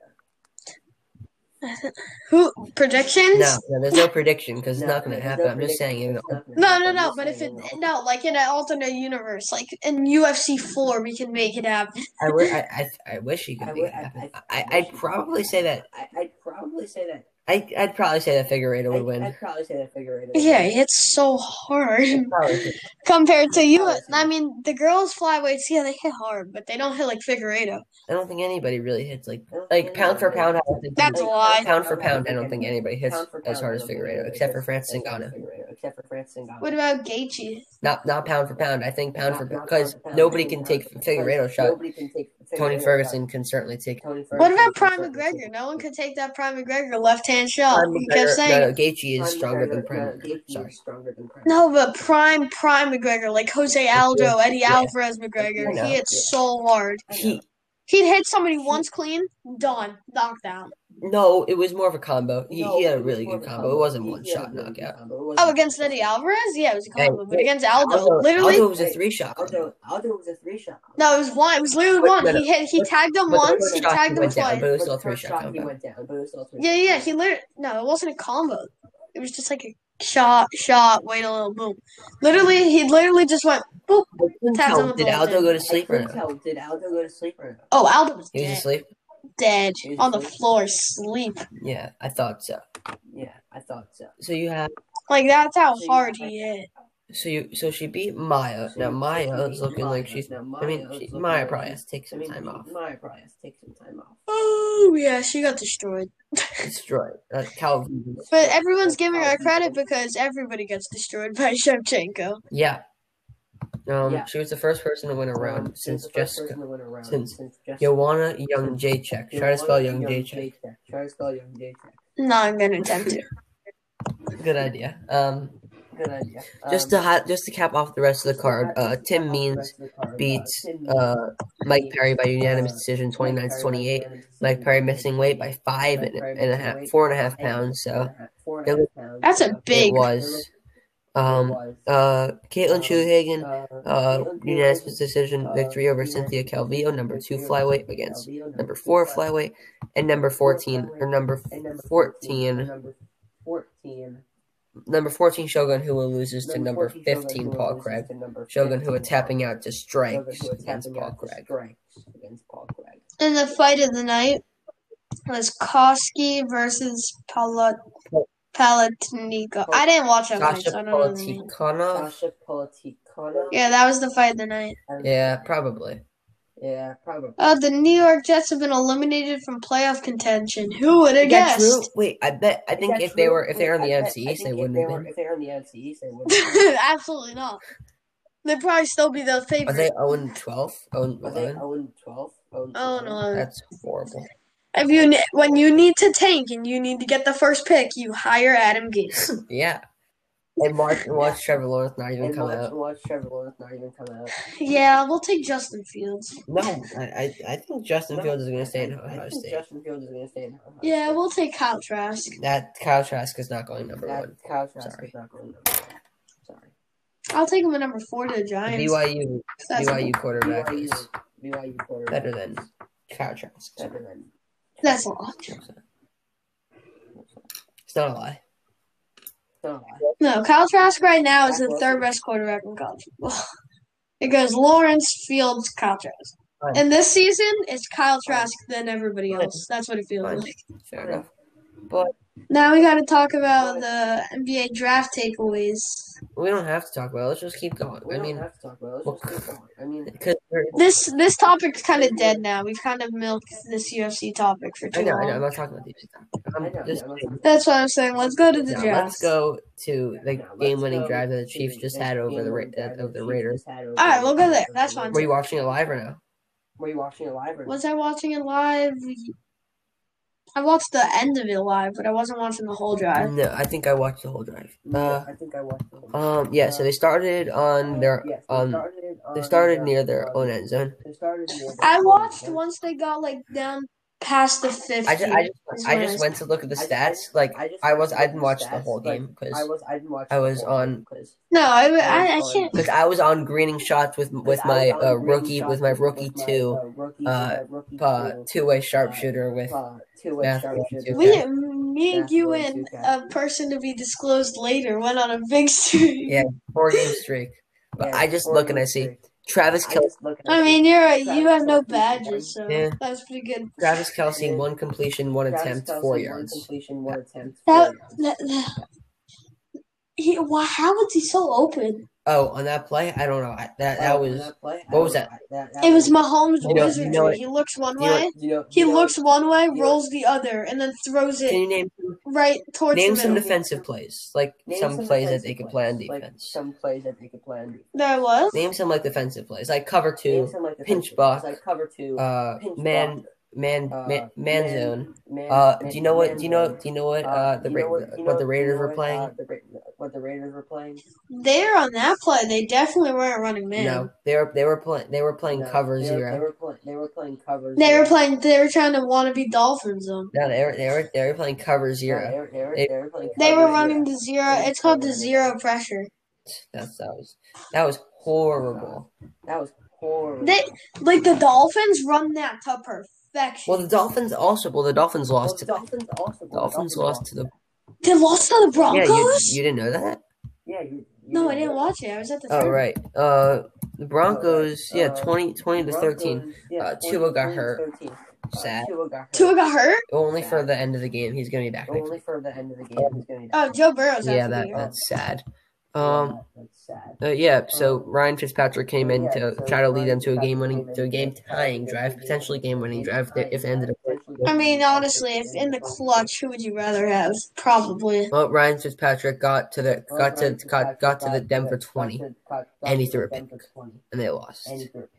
Speaker 2: who predictions?
Speaker 1: No, no, there's no prediction because it's
Speaker 3: No,
Speaker 1: not going to
Speaker 3: there's no
Speaker 1: happen. I'm just saying.
Speaker 3: prediction.
Speaker 1: You know,
Speaker 3: There's nothing
Speaker 2: No,
Speaker 3: happening.
Speaker 2: no,
Speaker 3: I'm
Speaker 2: no.
Speaker 3: just
Speaker 2: But if it
Speaker 3: saying, you know,
Speaker 2: no, like in an alternate universe, like in UFC four, we can make it happen.
Speaker 1: I, w- I, I, I wish he could
Speaker 3: I
Speaker 1: make
Speaker 3: wi-
Speaker 1: it
Speaker 3: I-
Speaker 1: happen.
Speaker 3: I-
Speaker 1: I,
Speaker 3: I wish
Speaker 1: I'd
Speaker 3: he could.
Speaker 1: probably say that.
Speaker 3: I, I'd probably say that.
Speaker 1: I, I'd probably say that Figueredo
Speaker 3: I'd,
Speaker 1: would win.
Speaker 3: I'd probably say that Figueredo. would
Speaker 2: Yeah,
Speaker 3: win.
Speaker 2: it's so hard
Speaker 1: Probably.
Speaker 2: compared to you.
Speaker 3: Obviously.
Speaker 2: I mean, the girls flyweights, yeah, they hit hard, but they don't hit like Figueredo.
Speaker 1: I don't think anybody really hits like
Speaker 3: I don't
Speaker 1: like
Speaker 3: think
Speaker 1: pound for
Speaker 3: anybody-
Speaker 1: pound. I don't think
Speaker 2: That's a
Speaker 1: anybody-
Speaker 2: lie.
Speaker 1: Pound for pound, I don't think anybody hits
Speaker 3: Pound for
Speaker 1: as
Speaker 3: pound,
Speaker 1: hard
Speaker 3: I
Speaker 1: as
Speaker 3: don't think
Speaker 1: Figueredo,
Speaker 3: anybody
Speaker 1: except for
Speaker 3: hits
Speaker 1: Francis
Speaker 3: as hard as
Speaker 1: Ngannou.
Speaker 3: Figueredo, Except for Francis Ngannou.
Speaker 2: What about Gaethje?
Speaker 1: Not not pound for pound. I think pound
Speaker 3: Not-
Speaker 1: for
Speaker 3: not
Speaker 1: because
Speaker 3: pound for pound,
Speaker 1: nobody
Speaker 3: not
Speaker 1: can
Speaker 3: pound
Speaker 1: take
Speaker 3: for pound,
Speaker 1: Figueredo
Speaker 3: because
Speaker 1: shot.
Speaker 3: Nobody can take
Speaker 1: Tony
Speaker 3: Figueredo
Speaker 1: Ferguson
Speaker 3: shot.
Speaker 1: can certainly take.
Speaker 3: Tony Ferguson.
Speaker 2: What about
Speaker 3: can
Speaker 2: Prime
Speaker 3: certainly
Speaker 2: McGregor?
Speaker 3: take-
Speaker 2: No one could take that Prime McGregor left hand shot.
Speaker 1: Conor
Speaker 2: You kept
Speaker 1: McGregor-
Speaker 2: saying,
Speaker 1: no, no, Gaethje is
Speaker 3: Conor
Speaker 1: stronger than
Speaker 3: McGregor-
Speaker 1: Prime.
Speaker 3: no, Gaethje
Speaker 1: Sorry.
Speaker 3: is stronger than Prime.
Speaker 2: No, but prime, prime McGregor, like Jose Aldo, Eddie
Speaker 1: Yeah.
Speaker 2: Alvarez McGregor,
Speaker 1: Yeah.
Speaker 2: he hits so hard.
Speaker 3: I know.
Speaker 1: He
Speaker 2: He'd hit somebody once clean, done, knocked out.
Speaker 1: no, it was more of a combo. He,
Speaker 3: No,
Speaker 1: he had
Speaker 3: it
Speaker 1: a
Speaker 3: was
Speaker 1: really
Speaker 3: more
Speaker 1: good
Speaker 3: of a
Speaker 1: combo. It wasn't
Speaker 3: He-
Speaker 1: one
Speaker 3: he had a
Speaker 1: shot
Speaker 3: really good
Speaker 1: knockout.
Speaker 3: combo. It wasn't
Speaker 2: Oh,
Speaker 3: one
Speaker 2: against
Speaker 3: shot.
Speaker 2: Eddie Alvarez? Yeah, it was a
Speaker 1: Hey,
Speaker 2: combo. But
Speaker 1: hey,
Speaker 2: against Aldo,
Speaker 1: Aldo,
Speaker 2: literally,
Speaker 1: Aldo was a three shot.
Speaker 3: Aldo, Aldo was a three shot.
Speaker 2: no, it was one. It was literally one.
Speaker 1: But-
Speaker 2: He hit. He
Speaker 1: but-
Speaker 2: tagged him
Speaker 1: but the
Speaker 2: once.
Speaker 1: first
Speaker 2: He
Speaker 1: shot he
Speaker 2: tagged him
Speaker 1: went down,
Speaker 2: twice.
Speaker 1: but it was
Speaker 3: But
Speaker 1: still a
Speaker 3: the
Speaker 1: three
Speaker 3: first
Speaker 1: shot
Speaker 3: shot he
Speaker 1: combo.
Speaker 3: went down, but it was still a three
Speaker 2: Yeah,
Speaker 3: shot.
Speaker 2: yeah. He literally. No, it wasn't a combo. It was just like a shot, shot. Wait a little, boom. Literally, he literally just went boop.
Speaker 1: I couldn't
Speaker 2: Tapped on
Speaker 1: tell.
Speaker 2: the
Speaker 1: Did
Speaker 2: ball,
Speaker 1: Aldo
Speaker 2: dude.
Speaker 1: go to
Speaker 3: I
Speaker 1: sleep or
Speaker 3: couldn't
Speaker 1: not?
Speaker 3: tell. Did Aldo go to sleep or not?
Speaker 2: Oh, Aldo was
Speaker 1: He was
Speaker 2: dead,
Speaker 1: asleep.
Speaker 2: dead
Speaker 3: He was
Speaker 2: on the
Speaker 3: asleep.
Speaker 2: floor, sleep.
Speaker 1: Yeah, I thought so.
Speaker 3: Yeah, I thought so.
Speaker 1: So you have
Speaker 2: Like that's how
Speaker 3: So you
Speaker 2: hard
Speaker 3: have-
Speaker 2: he hit.
Speaker 1: so you so she beat Maya.
Speaker 3: So
Speaker 1: Now
Speaker 3: you-
Speaker 1: Maya
Speaker 3: so you
Speaker 1: is
Speaker 3: beat
Speaker 1: looking
Speaker 3: Maya.
Speaker 1: like she's.
Speaker 3: Now,
Speaker 1: I mean,
Speaker 3: Maya is
Speaker 1: she,
Speaker 3: looking
Speaker 1: Maya
Speaker 3: like
Speaker 1: probably
Speaker 3: she's-
Speaker 1: has to take
Speaker 3: I
Speaker 1: some
Speaker 3: mean,
Speaker 1: time off.
Speaker 3: Maya probably has to take some time off.
Speaker 2: Oh yeah, she got destroyed.
Speaker 1: Destroyed. Like Calvin.
Speaker 2: But everyone's giving her
Speaker 3: Calvin.
Speaker 2: credit because everybody gets destroyed by Shevchenko.
Speaker 1: Yeah. Um,
Speaker 3: Yeah.
Speaker 1: she was the first person to win a round
Speaker 3: Um,
Speaker 1: since
Speaker 3: the first
Speaker 1: Jessica.
Speaker 3: person to win a round,
Speaker 1: since
Speaker 3: since Jessica.
Speaker 1: Joanna Young Jacek. Try to
Speaker 3: Joanna
Speaker 1: spell Young Jacek.
Speaker 3: Jacek. Try to spell Young Jacek.
Speaker 2: No, I'm gonna attempt to.
Speaker 1: Good idea. Um,
Speaker 3: Good idea.
Speaker 1: just
Speaker 3: Um,
Speaker 1: to hi- just to cap off the rest of Um, the card, uh, Tim Means beats uh, Mike Perry by unanimous decision, 29 to 28. Mike Perry missing weight by five and, and a half, four and a half pounds. So
Speaker 2: That's a
Speaker 1: it
Speaker 2: big-
Speaker 1: was. Um, uh, Caitlin Chuhagan, uh, unanimous decision uh, victory over Cynthia Calvillo, number two flyweight against oh, number four flyweight, and number 14 or number 14,
Speaker 3: Number 14.
Speaker 1: number 14 Shogun who loses to number 15 Paul Craig. Shogun who are tapping out to strikes against Paul Craig.
Speaker 3: Against Paul Craig.
Speaker 2: And the fight of the night was Koski versus Palat Palatnico. I didn't watch that fight,
Speaker 1: Sasha
Speaker 2: so I don't know the name.
Speaker 1: Politikhanov.
Speaker 3: Sasha Politikona.
Speaker 2: Yeah, that was the fight of the night.
Speaker 1: Yeah, probably.
Speaker 3: Yeah, probably.
Speaker 2: Oh, the New York Jets have been eliminated from playoff contention. Who would have
Speaker 1: Is that true?
Speaker 2: guessed?
Speaker 1: Wait, I bet. I think
Speaker 3: Is that
Speaker 1: if they
Speaker 3: true?
Speaker 1: were if they were in the
Speaker 3: I bet-
Speaker 1: NFC
Speaker 3: I
Speaker 1: East,
Speaker 3: think
Speaker 1: they
Speaker 3: if
Speaker 1: wouldn't
Speaker 3: they
Speaker 1: have
Speaker 3: were-
Speaker 1: been.
Speaker 3: If they were in the NFC East, they wouldn't. have been.
Speaker 2: Absolutely not. They'd probably still be the
Speaker 1: Are
Speaker 2: favorite.
Speaker 1: they 0 12? 0
Speaker 3: Are they
Speaker 1: 11?
Speaker 3: 0 12?
Speaker 2: oh no.
Speaker 1: That's horrible.
Speaker 2: If you ne- when you need to tank and you need to get the first pick, you hire Adam Gase.
Speaker 1: Yeah. And watch, and watch Trevor Lawrence not even
Speaker 3: And
Speaker 1: come
Speaker 3: watch,
Speaker 1: out.
Speaker 3: watch Trevor Lawrence not even come out.
Speaker 2: Yeah, we'll take Justin Fields.
Speaker 1: No, I, I, I think Justin
Speaker 3: No,
Speaker 1: Fields is going to stay in
Speaker 3: I
Speaker 1: Ohio
Speaker 3: think
Speaker 1: State.
Speaker 3: Justin Fields is gonna stay in Ohio
Speaker 2: Yeah,
Speaker 3: State.
Speaker 2: we'll take Kyle Trask.
Speaker 1: That Kyle Trask is not going number
Speaker 3: That
Speaker 1: one.
Speaker 3: Kyle Trask
Speaker 1: Sorry.
Speaker 3: is not going number one. Sorry.
Speaker 2: I'll take him at number four to the Giants.
Speaker 1: BYU
Speaker 2: That's,
Speaker 1: BYU quarterback
Speaker 3: BYU
Speaker 1: is
Speaker 3: BYU quarterback.
Speaker 1: better than Kyle Trask.
Speaker 3: better than
Speaker 2: that's a lot.
Speaker 1: It's not a lie.
Speaker 3: no,
Speaker 2: No, Kyle Trask right now is the third best quarterback in college football. It goes Lawrence, Fields, Kyle Trask. And this season, it's Kyle Trask than everybody else. That's what it feels
Speaker 1: Fine.
Speaker 2: like.
Speaker 1: Fair enough.
Speaker 2: Now we got to talk about the NBA draft takeaways.
Speaker 1: We don't have to talk about it. Let's just keep going.
Speaker 3: we
Speaker 1: I
Speaker 3: don't
Speaker 1: mean,
Speaker 3: have to talk about it.
Speaker 1: well,
Speaker 3: Let's just keep going. I mean,
Speaker 1: because
Speaker 2: This this topic's kind of dead now. We've kind of milked this UFC topic for
Speaker 1: I
Speaker 2: too
Speaker 1: know, I know. I'm
Speaker 2: long.
Speaker 1: not talking about these.
Speaker 3: I
Speaker 1: I'm
Speaker 3: know,
Speaker 1: just,
Speaker 3: yeah, let's-
Speaker 2: That's what I'm saying. Let's go to the
Speaker 1: now,
Speaker 2: draft.
Speaker 1: let's go to the
Speaker 3: now, let's
Speaker 1: game-winning
Speaker 3: go
Speaker 1: drive that the
Speaker 3: to
Speaker 1: Chiefs just
Speaker 3: the
Speaker 1: had over the Ra-
Speaker 3: game-winning drive
Speaker 1: uh, of
Speaker 3: that
Speaker 1: the
Speaker 3: Chiefs
Speaker 1: Raiders.
Speaker 3: just had over
Speaker 2: Alright,
Speaker 3: the
Speaker 2: we'll go
Speaker 3: Raiders.
Speaker 2: there. That's fine.
Speaker 1: Were you watching it live or no?
Speaker 3: Were you watching it live or
Speaker 2: Was I watching it live? I watched the end of it live, but I wasn't watching the whole drive.
Speaker 1: No, I think I watched the whole drive.
Speaker 3: No,
Speaker 1: Uh,
Speaker 3: I think I watched the whole
Speaker 1: um, yeah. So they started on their
Speaker 3: yes, they
Speaker 1: um,
Speaker 3: started
Speaker 1: they
Speaker 3: on
Speaker 1: started
Speaker 3: the-
Speaker 1: near their
Speaker 3: um,
Speaker 1: own end zone.
Speaker 3: They started near their
Speaker 2: I
Speaker 3: own
Speaker 2: watched
Speaker 3: end.
Speaker 2: once they got like down past the fifty.
Speaker 1: I just, I just, I
Speaker 2: Nice.
Speaker 1: just went to look at the
Speaker 3: I just-
Speaker 1: stats. Like
Speaker 3: I just
Speaker 1: I was,
Speaker 3: watched
Speaker 1: I didn't
Speaker 3: the
Speaker 1: watch the
Speaker 3: stats,
Speaker 1: whole
Speaker 3: like,
Speaker 1: game because
Speaker 3: I was. I didn't watch.
Speaker 1: I
Speaker 3: the
Speaker 1: was
Speaker 3: whole
Speaker 1: on-
Speaker 3: game 'cause-
Speaker 2: no, I, I, I
Speaker 3: Oh,
Speaker 2: can't.
Speaker 1: because I was on greening shots with with
Speaker 3: Because I
Speaker 1: my
Speaker 3: was on
Speaker 1: uh,
Speaker 3: green
Speaker 1: rookie
Speaker 3: shot
Speaker 1: with my
Speaker 3: with
Speaker 1: rookie
Speaker 3: my,
Speaker 1: two
Speaker 3: uh, rookie,
Speaker 1: uh,
Speaker 3: with my rookie
Speaker 1: uh,
Speaker 3: two,
Speaker 1: two way sharpshooter with
Speaker 3: uh, two-way
Speaker 1: Yeah.
Speaker 3: sharpshooter.
Speaker 1: Yeah.
Speaker 2: We, me,
Speaker 3: That's
Speaker 2: you,
Speaker 3: way
Speaker 2: and
Speaker 3: too
Speaker 2: a
Speaker 3: fast.
Speaker 2: person to be disclosed later went on a big streak.
Speaker 1: Yeah. four game streak. But I just
Speaker 3: four
Speaker 1: look and I
Speaker 3: games
Speaker 1: see
Speaker 3: straight.
Speaker 1: Travis
Speaker 3: I
Speaker 1: Kelsey,
Speaker 3: just look and
Speaker 2: I
Speaker 3: see
Speaker 2: mean, you're right.
Speaker 3: Travis
Speaker 2: You have no
Speaker 3: Kelce,
Speaker 2: badges, so
Speaker 1: Yeah.
Speaker 2: that's pretty good.
Speaker 1: Travis Kelsey,
Speaker 3: Yeah.
Speaker 1: one completion, one
Speaker 3: Travis
Speaker 1: attempt,
Speaker 3: Kelce,
Speaker 1: four
Speaker 3: one
Speaker 1: yards.
Speaker 3: completion, one attempt, four
Speaker 2: That,
Speaker 3: yards.
Speaker 2: that, that- he, wow, how was he so open?
Speaker 1: Oh, on that play, I don't know. I, that
Speaker 3: Wow,
Speaker 1: that
Speaker 3: on
Speaker 1: was
Speaker 3: Oh, that play,
Speaker 1: what was
Speaker 3: I-
Speaker 1: that?
Speaker 3: that, that
Speaker 2: It was Mahomes'
Speaker 3: You know- you
Speaker 2: wizardry.
Speaker 1: know what-
Speaker 2: he looks one
Speaker 1: you know what-
Speaker 2: way,
Speaker 3: You know,
Speaker 2: he
Speaker 3: you know-
Speaker 2: looks one way,
Speaker 3: you know-
Speaker 2: rolls the other, and then throws
Speaker 1: Can
Speaker 2: it
Speaker 1: you name
Speaker 2: right towards
Speaker 1: name
Speaker 2: the
Speaker 1: some
Speaker 2: middle.
Speaker 1: defensive plays, like
Speaker 3: name
Speaker 1: some plays that
Speaker 3: defensive
Speaker 1: they could play on
Speaker 3: plays, like,
Speaker 1: defense?
Speaker 3: some plays that they could play on defense.
Speaker 2: there was.
Speaker 1: Name some like defensive plays, like cover
Speaker 3: Name
Speaker 1: two,
Speaker 3: some, like,
Speaker 1: pinch
Speaker 3: defensive plays,
Speaker 1: block,
Speaker 3: like cover two,
Speaker 1: uh,
Speaker 3: pinch
Speaker 1: man, man,
Speaker 3: block,
Speaker 1: man,
Speaker 3: uh,
Speaker 1: man zone.
Speaker 3: man-
Speaker 1: Uh,
Speaker 3: man-
Speaker 1: do you know what?
Speaker 3: man
Speaker 1: Do you know?
Speaker 3: zone.
Speaker 1: Do you know what? Uh, the
Speaker 3: you know
Speaker 1: Ra-
Speaker 3: what- you
Speaker 1: what
Speaker 3: know-
Speaker 1: the
Speaker 3: you
Speaker 1: Raiders
Speaker 3: know
Speaker 1: were
Speaker 3: what,
Speaker 1: playing?
Speaker 3: uh, the Ra- what the Raiders were playing?
Speaker 2: There on that play, they definitely weren't running man.
Speaker 1: No, they were they were playing they were playing
Speaker 3: No,
Speaker 1: cover
Speaker 3: they were- They
Speaker 1: zero.
Speaker 3: were playing. They were playing cover.
Speaker 2: They were
Speaker 3: zero.
Speaker 2: playing. They were trying to want to be Dolphins though.
Speaker 1: No, they were they were they were playing cover
Speaker 3: No,
Speaker 1: zero.
Speaker 3: they were- they were-
Speaker 1: They-
Speaker 3: they were playing
Speaker 2: They
Speaker 1: Oh,
Speaker 3: cover
Speaker 2: were
Speaker 3: zero.
Speaker 2: running the zero. It's called the zero pressure.
Speaker 1: That's that was that was horrible.
Speaker 3: That was horrible.
Speaker 2: They like the Dolphins run that to perfection.
Speaker 1: Well, the Dolphins also well the Dolphins
Speaker 3: Well,
Speaker 1: lost to
Speaker 3: the
Speaker 1: the
Speaker 3: Dolphins also. the
Speaker 1: Dolphins lost to the
Speaker 2: they lost to the
Speaker 1: yeah
Speaker 2: Broncos.
Speaker 1: you you didn't know that
Speaker 3: Yeah. You, you
Speaker 2: no, I didn't watch it. I was at the.
Speaker 1: oh
Speaker 2: third.
Speaker 1: right uh the Broncos yeah
Speaker 3: Uh,
Speaker 1: 20, 20 to thirteen
Speaker 3: Broncos, Yeah,
Speaker 1: Uh,
Speaker 3: 20,
Speaker 1: Tua got
Speaker 3: 20,
Speaker 1: hurt.
Speaker 3: 13. Uh,
Speaker 1: sad
Speaker 3: Tua got hurt.
Speaker 2: Tua got hurt.
Speaker 1: only for the end of the game he's gonna be back next
Speaker 3: Only
Speaker 1: week.
Speaker 3: for the end of the game. He's gonna be
Speaker 2: Oh, Joe Burrow's out
Speaker 1: yeah
Speaker 2: for the
Speaker 1: that
Speaker 2: year.
Speaker 1: that's sad
Speaker 3: down.
Speaker 1: um.
Speaker 3: that's sad.
Speaker 1: Uh, yeah, so Ryan Fitzpatrick came in
Speaker 3: Yeah,
Speaker 1: to
Speaker 3: Um, so
Speaker 1: try to lead
Speaker 3: Ryan
Speaker 1: them to a
Speaker 3: Fitzpatrick
Speaker 1: game winning,
Speaker 3: came in
Speaker 1: to a
Speaker 3: to
Speaker 1: game tying
Speaker 3: try to
Speaker 1: drive,
Speaker 3: lead them
Speaker 1: potentially game winning drive if they, if they ended up.
Speaker 2: I mean, honestly, if in the clutch, who would you rather have? Probably.
Speaker 1: Well, Oh, Ryan Fitzpatrick got to the
Speaker 3: Well,
Speaker 1: got to
Speaker 3: Oh, Ryan
Speaker 1: got,
Speaker 3: Fitzpatrick
Speaker 1: got to the Denver
Speaker 3: got to-
Speaker 1: twenty,
Speaker 3: got to- got
Speaker 1: and he
Speaker 3: to
Speaker 1: threw a
Speaker 3: the Denver 20,
Speaker 1: and they lost.
Speaker 3: and he threw a pick.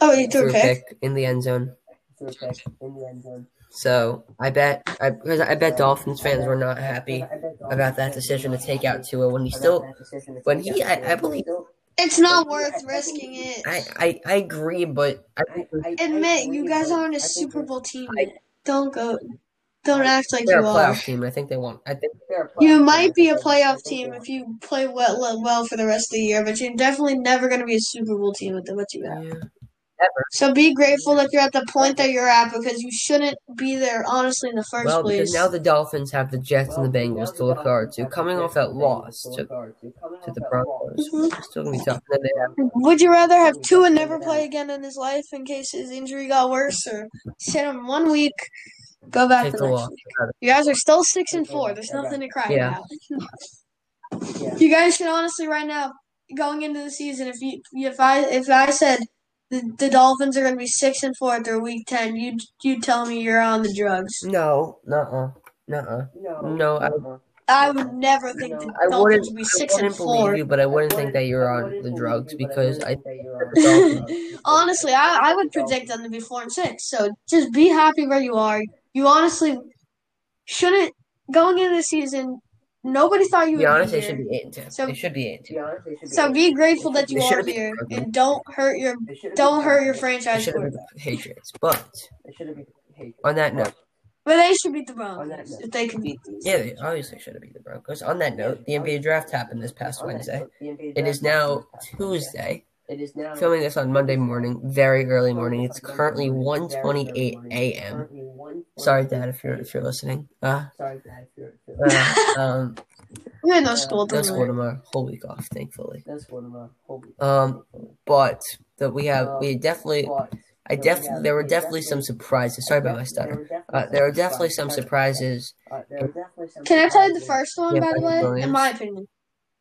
Speaker 2: Oh, you threw a
Speaker 1: Threw
Speaker 2: pick.
Speaker 1: in the end zone.
Speaker 3: Threw a pick in the end zone.
Speaker 1: So I bet I 'cause I bet Dolphins fans were not happy
Speaker 3: I bet Dolphins
Speaker 1: about that
Speaker 3: fans
Speaker 1: decision
Speaker 3: were
Speaker 1: to
Speaker 3: not
Speaker 1: take
Speaker 3: happy
Speaker 1: out Tua when he
Speaker 3: about
Speaker 1: still.
Speaker 3: that decision to
Speaker 1: when
Speaker 3: take
Speaker 1: he-
Speaker 3: out
Speaker 1: I-
Speaker 3: Tua.
Speaker 1: I believe-
Speaker 2: It's not worth risking it.
Speaker 1: I I, I agree, but I,
Speaker 3: I- I- I
Speaker 2: Admit
Speaker 3: agree,
Speaker 2: you guys
Speaker 3: but
Speaker 2: aren't
Speaker 3: I
Speaker 2: a
Speaker 3: think
Speaker 2: Super
Speaker 3: they're-
Speaker 2: Bowl team.
Speaker 1: I-
Speaker 2: yet. don't go. Don't act like
Speaker 1: they're a
Speaker 2: you are.
Speaker 1: playoff team. I think they won. I think
Speaker 3: they're a playoff
Speaker 2: You
Speaker 3: team.
Speaker 2: might be a
Speaker 3: I
Speaker 2: playoff
Speaker 3: think they
Speaker 2: team
Speaker 3: are.
Speaker 2: if you play well, well for the rest of the year, but you're definitely never going to be a Super Bowl team with what you got.
Speaker 1: yeah.
Speaker 2: So be grateful that you're at the point that you're at because you shouldn't be there, honestly, in the first
Speaker 1: Well,
Speaker 2: place.
Speaker 1: because now the Dolphins have the Jets
Speaker 3: Well,
Speaker 1: and the Bengals
Speaker 3: now
Speaker 1: to look
Speaker 3: Dolphins
Speaker 1: forward to.
Speaker 3: have the
Speaker 1: Coming
Speaker 3: Jets
Speaker 1: off that
Speaker 3: and the
Speaker 1: loss
Speaker 3: Bengals
Speaker 1: to,
Speaker 3: look forward to. Coming
Speaker 1: to
Speaker 3: off
Speaker 1: the
Speaker 3: that loss.
Speaker 1: Broncos,
Speaker 2: Mhm.
Speaker 1: it's still gonna be tough. And then they have
Speaker 2: Would you rather have Tua never play again in his life in case his injury got worse, or sit him one week, go back
Speaker 1: Take
Speaker 2: to
Speaker 1: the
Speaker 2: next
Speaker 1: loss.
Speaker 2: week? You guys are still six and four. There's nothing to cry about. You guys should honestly right now, going into the season, if you if I if I said the, the Dolphins are going to be six and four through week ten, you you tell me you're on the drugs.
Speaker 1: no, nuh-uh, nuh-uh.
Speaker 3: No,
Speaker 1: No, I-
Speaker 3: uh-uh.
Speaker 2: I would never think
Speaker 3: No.
Speaker 2: the
Speaker 1: I wouldn't,
Speaker 2: Dolphins would be
Speaker 1: I
Speaker 2: six and
Speaker 1: wouldn't believe
Speaker 2: four.
Speaker 1: you, but I wouldn't
Speaker 3: I
Speaker 1: think that you're
Speaker 3: I
Speaker 1: on
Speaker 3: wouldn't
Speaker 1: the
Speaker 3: believe
Speaker 1: drugs
Speaker 3: you, but I
Speaker 1: because
Speaker 3: wouldn't
Speaker 1: I.
Speaker 3: think that you're on
Speaker 1: the Dolphins.
Speaker 3: the drugs.
Speaker 2: Honestly, I, I would predict
Speaker 3: Dolphins.
Speaker 2: them to be four and six. So just be happy where you are. You honestly shouldn't going into the season. Nobody thought you
Speaker 1: To be
Speaker 2: would
Speaker 1: honest,
Speaker 2: be
Speaker 1: they should
Speaker 2: here.
Speaker 1: be eight and two.
Speaker 2: So-
Speaker 1: they should be eight and
Speaker 3: To
Speaker 1: two.
Speaker 3: be honest, they should be
Speaker 2: So
Speaker 3: eight.
Speaker 2: be grateful that you
Speaker 1: It should
Speaker 2: are
Speaker 1: have been
Speaker 2: here
Speaker 1: Brooklyn.
Speaker 2: and don't hurt your
Speaker 3: It should've
Speaker 2: don't
Speaker 3: been
Speaker 2: hurt your
Speaker 3: Brooklyn.
Speaker 1: They
Speaker 2: franchise.
Speaker 1: should have been
Speaker 2: quarterback.
Speaker 1: the Patriots. But
Speaker 3: It should've been Patriots.
Speaker 1: on that note,
Speaker 2: But they should beat the
Speaker 3: On that
Speaker 2: Broncos
Speaker 3: note.
Speaker 2: if they can beat these.
Speaker 1: yeah, they obviously should have beat the Broncos. On that note, the NBA draft happened this past
Speaker 3: On that
Speaker 1: Wednesday.
Speaker 3: note, the NBA
Speaker 1: It is
Speaker 3: draft
Speaker 1: now
Speaker 3: happened this past Wednesday.
Speaker 1: Tuesday.
Speaker 3: It is now
Speaker 1: Filming this on Monday morning, very early morning. It's currently 1:28 a.m.
Speaker 3: Currently 1:28
Speaker 1: Sorry, Dad, if you're if you're listening. Uh,
Speaker 3: Sorry, Dad, if you're. If you're
Speaker 1: uh um,
Speaker 2: We had no school
Speaker 1: no school
Speaker 2: tomorrow.
Speaker 1: tomorrow. Whole week off, thankfully.
Speaker 3: that's one of my hobbies.
Speaker 1: Um, but that we have, we definitely,
Speaker 3: But
Speaker 1: I def, there were definitely some surprises. Sorry about my stutter. Uh, there were definitely some surprises.
Speaker 3: Uh, there were definitely some
Speaker 2: Can I tell you the
Speaker 3: surprises.
Speaker 2: first one,
Speaker 1: Yeah,
Speaker 2: by the
Speaker 1: Patrick
Speaker 2: way?
Speaker 1: Williams.
Speaker 2: In my opinion,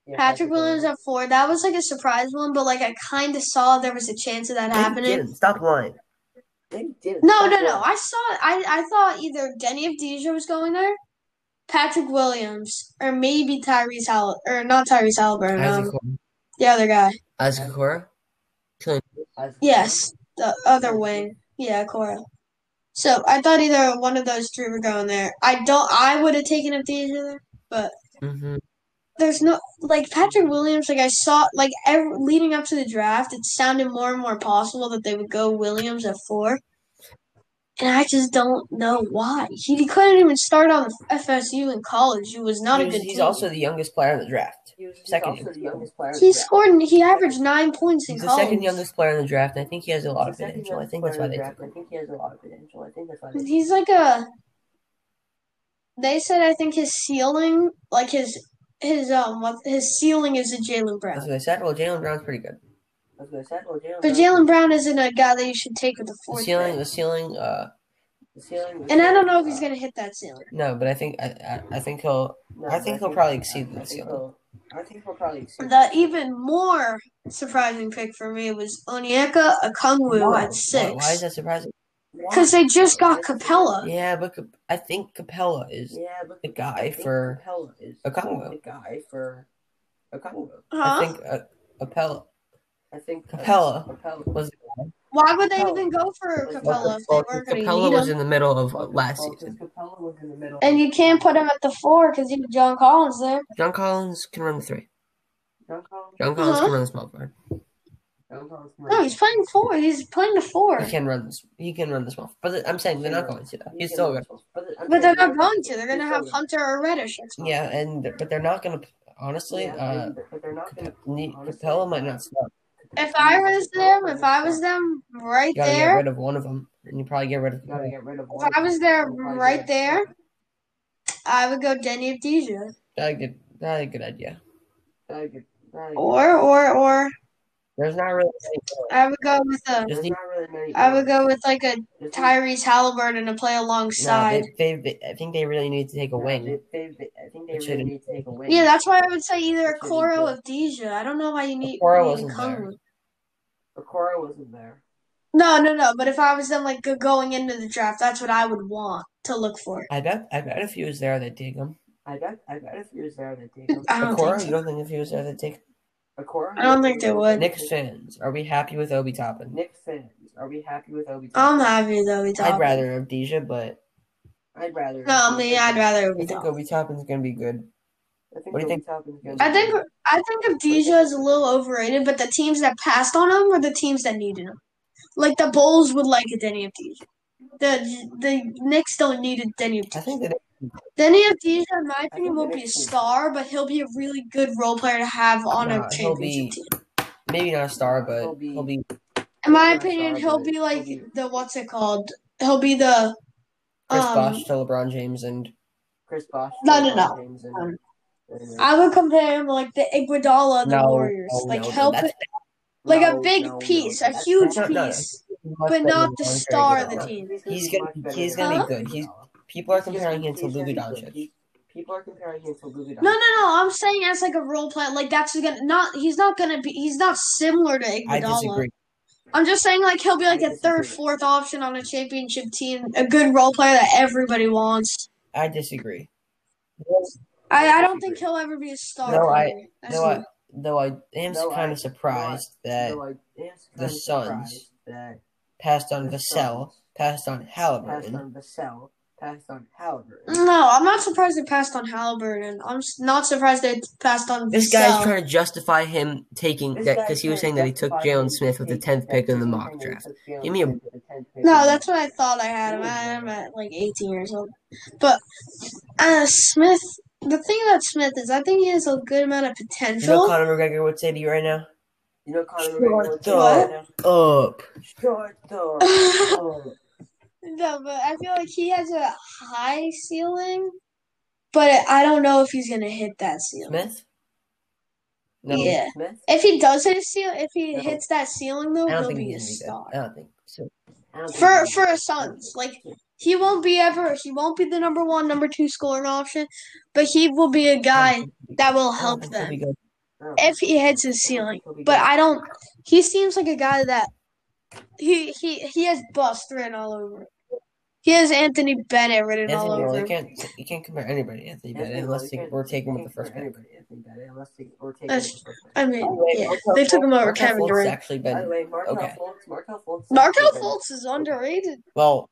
Speaker 3: Yeah,
Speaker 2: Patrick Williams at four. That was like a surprise one, but like I kind of saw there was a chance of that happening.
Speaker 1: Didn't, stop lying.
Speaker 3: They didn't.
Speaker 2: No, no,
Speaker 3: Stop
Speaker 2: no.
Speaker 3: lying.
Speaker 2: I saw. I I thought either Denny Avdija was going there, Patrick Williams, or maybe Tyrese Hall or not Tyrese Halliburton. Um,
Speaker 1: Isaac-
Speaker 2: the other guy.
Speaker 1: Isaac Okoro?
Speaker 3: As-
Speaker 2: Yes, the other wing. Yeah, Cora. So I thought either one of those three were going there. I don't. I would have taken Avdija there.
Speaker 1: Mhm.
Speaker 2: There's no like Patrick Williams. Like I saw like ev leading up to the draft, it sounded more and more possible that they would go Williams at four. And I just don't know why he couldn't even start on FSU in college. It was not a
Speaker 1: He's-
Speaker 2: good
Speaker 1: he's
Speaker 2: team.
Speaker 1: also the youngest player in the draft.
Speaker 3: He was, he's
Speaker 1: Second
Speaker 3: also the youngest player.
Speaker 2: he scored. He averaged nine points in
Speaker 1: He's the
Speaker 2: college.
Speaker 1: second youngest player in the draft, and I think he has a lot of
Speaker 3: He's the second
Speaker 1: potential. I
Speaker 3: youngest
Speaker 1: think that's
Speaker 3: player
Speaker 1: why
Speaker 3: in the
Speaker 1: they
Speaker 3: draft.
Speaker 1: took
Speaker 3: I
Speaker 1: him.
Speaker 3: think he has a lot of potential. I think that's why they took him.
Speaker 2: He's like a. They said I think his ceiling, like his his um, what his ceiling is a Jalen
Speaker 1: That's
Speaker 2: Brown,
Speaker 1: what I said. Well, Jalen Brown's pretty good.
Speaker 3: I was gonna say, well, Jalen
Speaker 2: but
Speaker 3: Brown-
Speaker 2: Jalen Brown isn't a guy that you should take with the
Speaker 1: The
Speaker 2: fourth.
Speaker 1: ceiling,
Speaker 2: pick.
Speaker 1: the ceiling. Uh,
Speaker 3: the ceiling was-
Speaker 2: and I don't know if he's
Speaker 3: uh,
Speaker 2: gonna hit that ceiling.
Speaker 1: no, but I think I, I, I think he'll.
Speaker 3: no,
Speaker 1: I think he'll probably exceed
Speaker 3: I
Speaker 1: the
Speaker 3: think
Speaker 1: ceiling.
Speaker 3: he'll- I think he'll probably exceed.
Speaker 2: The even more surprising pick for me was Onyeka Okungwu
Speaker 3: Why?
Speaker 2: at
Speaker 1: Why, why is
Speaker 2: six
Speaker 1: that surprising?
Speaker 2: because they just got Capella.
Speaker 1: Yeah, but Cap- I think Capella is
Speaker 3: Yeah, but
Speaker 1: the guy
Speaker 3: I think
Speaker 1: for
Speaker 3: Capella is
Speaker 1: a combo.
Speaker 3: the guy for a combo.
Speaker 1: I
Speaker 2: Huh?
Speaker 1: think uh, Capella
Speaker 3: I think
Speaker 1: Capella.
Speaker 3: Capella.
Speaker 1: was
Speaker 2: Why would they
Speaker 3: Capella.
Speaker 2: even go for
Speaker 3: Well,
Speaker 2: Capella if they
Speaker 1: well,
Speaker 2: weren't gonna
Speaker 1: Capella
Speaker 2: need him?
Speaker 1: was in the middle of uh,
Speaker 3: Well,
Speaker 1: last
Speaker 3: well, 'cause
Speaker 1: season.
Speaker 3: Capella was in the middle.
Speaker 2: And you can't put him at the four because you have John Collins there.
Speaker 1: John Collins can run the three.
Speaker 3: John Collins.
Speaker 1: John Collins
Speaker 2: Uh-huh.
Speaker 1: can run the small forward.
Speaker 3: John Collins.
Speaker 2: No, he's playing four. He's playing the four.
Speaker 1: He can run. This, he can run the small. But I'm saying they're not going to. Though. He's still good.
Speaker 3: But,
Speaker 2: But they're not going to. They're going to have Hunter or Reddish. next month.
Speaker 1: Yeah, and but they're not going to. Honestly, uh,
Speaker 3: but they're not going
Speaker 1: Cap- ne- Capella might not start.
Speaker 2: If I was them, if I was them right
Speaker 1: You gotta get
Speaker 2: there,
Speaker 1: rid of one of them, and you probably get rid of.
Speaker 3: You gotta get rid of.
Speaker 2: if I was there right there, I would go Denny of Deja.
Speaker 1: That's a good. That's a good idea.
Speaker 3: Or
Speaker 2: Or, or, or,
Speaker 1: There's not really.
Speaker 2: I would go with a,
Speaker 1: Just
Speaker 3: just
Speaker 1: need-
Speaker 3: not really many.
Speaker 2: I would go with like a
Speaker 3: Just need-
Speaker 2: Tyrese Halliburton to play
Speaker 1: No,
Speaker 2: alongside.
Speaker 1: they, they, they- I think they really need to take a
Speaker 3: no,
Speaker 1: wing.
Speaker 3: they- they- they- I think they
Speaker 1: It
Speaker 3: really
Speaker 1: should've-
Speaker 3: need to take a wing.
Speaker 2: Yeah, that's why I would say either a
Speaker 3: That's what he
Speaker 2: Coro
Speaker 3: did.
Speaker 2: of Deja. I don't know why you need,
Speaker 1: Okoro
Speaker 2: need
Speaker 1: wasn't
Speaker 2: to come.
Speaker 1: there.
Speaker 3: Okoro wasn't there.
Speaker 2: No, no, no. But if I was them, like go- going into the draft, that's what I would want to look for.
Speaker 1: I bet. I bet if he was there, they'd take him.
Speaker 3: I bet. I bet if he was there, they'd take him.
Speaker 2: I don't
Speaker 1: Okoro,
Speaker 2: think
Speaker 1: you don't think if he was there, they'd take
Speaker 3: Okoro.
Speaker 2: I don't think they would.
Speaker 1: him? Knicks fans, are we happy with Obi Toppin?
Speaker 3: Nick fans, are we happy with Obi?
Speaker 2: I'm
Speaker 3: Toppin?
Speaker 2: happy though. We
Speaker 1: I'd rather have Deja, but
Speaker 3: I'd rather.
Speaker 2: No, me. I'd rather
Speaker 1: I
Speaker 2: we
Speaker 1: think
Speaker 2: don't.
Speaker 1: Obi Toppin's gonna be good.
Speaker 3: I think
Speaker 1: What do you
Speaker 3: Obi
Speaker 1: think?
Speaker 3: Toppin's gonna
Speaker 2: I
Speaker 3: be
Speaker 2: think
Speaker 3: good.
Speaker 2: I think Avdija is a little overrated, but the teams that passed on him were the teams that needed him. Like the Bulls would like a Denny Avdija. The the Knicks don't need a
Speaker 1: I
Speaker 2: Denny Avdija.
Speaker 1: think that
Speaker 2: Denny Avdija, in my opinion,
Speaker 3: think
Speaker 2: won't
Speaker 3: the
Speaker 2: be a
Speaker 3: Knicks will-
Speaker 2: star, but he'll be a really good role player to have on a
Speaker 1: Nah, he'll be-
Speaker 2: championship team.
Speaker 1: maybe not a star, but
Speaker 3: He'll be-
Speaker 1: he'll be.
Speaker 2: In my
Speaker 3: Yeah,
Speaker 2: opinion,
Speaker 3: sorry,
Speaker 2: he'll
Speaker 3: but
Speaker 2: be like
Speaker 3: he'll be-
Speaker 2: the what's it called? He'll be the
Speaker 1: Chris
Speaker 2: um,
Speaker 1: Bosh to LeBron James and
Speaker 3: Chris Bosh.
Speaker 2: No, no, no.
Speaker 3: James and-
Speaker 2: Um,
Speaker 3: and-
Speaker 2: I would compare him like the Iguodala of the
Speaker 1: no,
Speaker 2: Warriors,
Speaker 1: no,
Speaker 2: like
Speaker 1: no,
Speaker 2: help,
Speaker 1: that's-
Speaker 2: like
Speaker 3: No,
Speaker 2: a big
Speaker 3: no, no,
Speaker 2: piece, a
Speaker 3: that's
Speaker 2: huge
Speaker 1: not- no,
Speaker 2: piece,
Speaker 1: much
Speaker 2: but
Speaker 1: better
Speaker 2: not
Speaker 1: than
Speaker 2: the
Speaker 1: Andre
Speaker 2: star of the
Speaker 1: Iguodala.
Speaker 2: team.
Speaker 1: He's
Speaker 3: gonna
Speaker 1: gonna-
Speaker 3: be much better
Speaker 1: he's
Speaker 3: than
Speaker 2: gonna
Speaker 1: be
Speaker 3: Andre
Speaker 1: good. He's-
Speaker 3: Iguodala.
Speaker 1: People are
Speaker 3: He's gonna
Speaker 1: comparing
Speaker 3: be-
Speaker 1: him to
Speaker 3: he's
Speaker 1: Luka
Speaker 3: gonna be good.
Speaker 1: Doncic.
Speaker 3: He- People are comparing him to Luka Doncic.
Speaker 2: No, no, no. I'm saying as like a role player, like that's gonna not. He's not gonna be. He's not similar to
Speaker 1: I
Speaker 2: Iguodala.
Speaker 1: disagree.
Speaker 2: I'm just saying like he'll be like
Speaker 3: I
Speaker 2: a third,
Speaker 3: disagree.
Speaker 2: fourth option on a championship team, a good role player that everybody wants.
Speaker 1: I disagree.
Speaker 2: I,
Speaker 3: I
Speaker 2: I don't think
Speaker 3: disagree.
Speaker 2: he'll ever be a star.
Speaker 1: No, I-
Speaker 2: That's
Speaker 1: Though I,
Speaker 2: me.
Speaker 1: though I am
Speaker 3: No,
Speaker 1: kind
Speaker 3: I-
Speaker 1: of surprised that
Speaker 3: So I am
Speaker 1: the
Speaker 3: kinda
Speaker 1: Suns
Speaker 3: surprised that
Speaker 1: passed on
Speaker 3: the
Speaker 1: Vassell,
Speaker 3: Suns
Speaker 1: passed on
Speaker 3: passed
Speaker 1: Halliburton,
Speaker 3: on Vassell, Passed on Halliburton.
Speaker 2: No, I'm not surprised they passed on Halliburton. I'm s- not surprised they passed on
Speaker 1: This guy's
Speaker 2: Sal.
Speaker 1: trying to justify him taking
Speaker 3: This
Speaker 1: that
Speaker 3: guy's
Speaker 1: because he was saying
Speaker 3: trying to
Speaker 1: that he took
Speaker 3: justify
Speaker 1: Jalen
Speaker 3: his
Speaker 1: Smith with the
Speaker 3: take
Speaker 1: 10th
Speaker 3: that
Speaker 1: pick in the
Speaker 3: he's
Speaker 1: mock
Speaker 3: saying he
Speaker 1: draft.
Speaker 3: took Jalen
Speaker 1: Give me a-
Speaker 3: Smith with the 10th pick in
Speaker 2: No,
Speaker 3: the-
Speaker 2: that's what I thought I had him. I had him at like 18 years old. But uh, Smith, the thing about Smith is I think he has a good amount of
Speaker 1: You know
Speaker 2: potential.
Speaker 1: Conor McGregor would say to you right now?
Speaker 3: You know Conor
Speaker 1: Shut
Speaker 3: McGregor would say
Speaker 2: up.
Speaker 3: right now?
Speaker 1: Up.
Speaker 3: Shut the
Speaker 2: no,
Speaker 3: Oh,
Speaker 2: but I feel like he has a high ceiling, but I don't know if he's gonna hit that ceiling.
Speaker 1: Smith?
Speaker 2: Yeah.
Speaker 3: Smith?
Speaker 2: If he does hit a ceil if he
Speaker 3: No.
Speaker 2: hits that ceiling though,
Speaker 1: I don't
Speaker 2: he'll
Speaker 1: think
Speaker 2: be a
Speaker 1: he's gonna
Speaker 2: star.
Speaker 1: be good. I don't think so.
Speaker 3: I don't think
Speaker 2: For
Speaker 3: he-
Speaker 2: for a Suns, like he won't be ever. He won't be the number one, number two scoring option, but he will be a guy that will
Speaker 1: I don't
Speaker 2: help
Speaker 1: think he'll
Speaker 2: them.
Speaker 1: be good.
Speaker 3: I don't
Speaker 2: if he hits his ceiling. But I don't. He seems like a guy that he he he has bust written all over. him. He has Anthony Bennett written all
Speaker 1: Anthony
Speaker 2: over.
Speaker 1: Bennett, you
Speaker 2: him.
Speaker 1: can't you can't compare anybody to Anthony Bennett
Speaker 3: Anthony
Speaker 1: unless
Speaker 3: Bennett,
Speaker 1: they-
Speaker 3: you can't-
Speaker 1: we're taking him
Speaker 3: think
Speaker 1: with the first
Speaker 3: for
Speaker 1: pick.
Speaker 3: anybody, Anthony Bennett, unless they- or take
Speaker 2: That's-
Speaker 3: him with the first pick.
Speaker 2: I
Speaker 1: By the
Speaker 2: mean,
Speaker 1: way,
Speaker 2: yeah,
Speaker 1: Markel
Speaker 2: they took him over
Speaker 1: Fultz-
Speaker 2: Kevin
Speaker 1: Markel Fultz
Speaker 2: Durant.
Speaker 1: actually
Speaker 3: By the
Speaker 1: been
Speaker 3: way, Markel
Speaker 1: Okay.
Speaker 3: Fultz, Markel Fultz.
Speaker 2: Markel Fultz is underrated,
Speaker 1: well.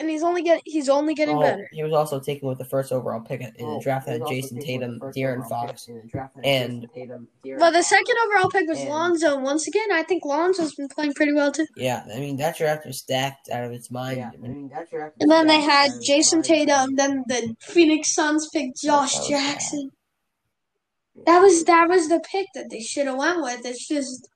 Speaker 2: and he's only get he's only getting
Speaker 1: well,
Speaker 2: better.
Speaker 1: he was also taken with the first overall pick in the
Speaker 3: Well,
Speaker 1: draft
Speaker 3: he was
Speaker 1: that
Speaker 3: also
Speaker 1: Jason
Speaker 3: taken with
Speaker 1: Tatum,
Speaker 3: the first
Speaker 1: De'Aaron
Speaker 3: overall pick
Speaker 1: Fox.
Speaker 3: in the draft that
Speaker 1: and-
Speaker 3: Jason Tatum, De'aaron
Speaker 2: But the
Speaker 3: Fox.
Speaker 2: second overall pick was
Speaker 3: And-
Speaker 2: Lonzo. Once again, I think Lonzo's been playing pretty well too.
Speaker 1: Yeah, I mean that draft was stacked out of its mind.
Speaker 3: Yeah, I mean, that draft
Speaker 2: And then they
Speaker 3: was
Speaker 2: had
Speaker 3: bad.
Speaker 2: Jason Tatum. Then the Phoenix Suns picked Josh
Speaker 1: That was bad.
Speaker 2: Jackson. That was that was the pick that they should have went with. It's just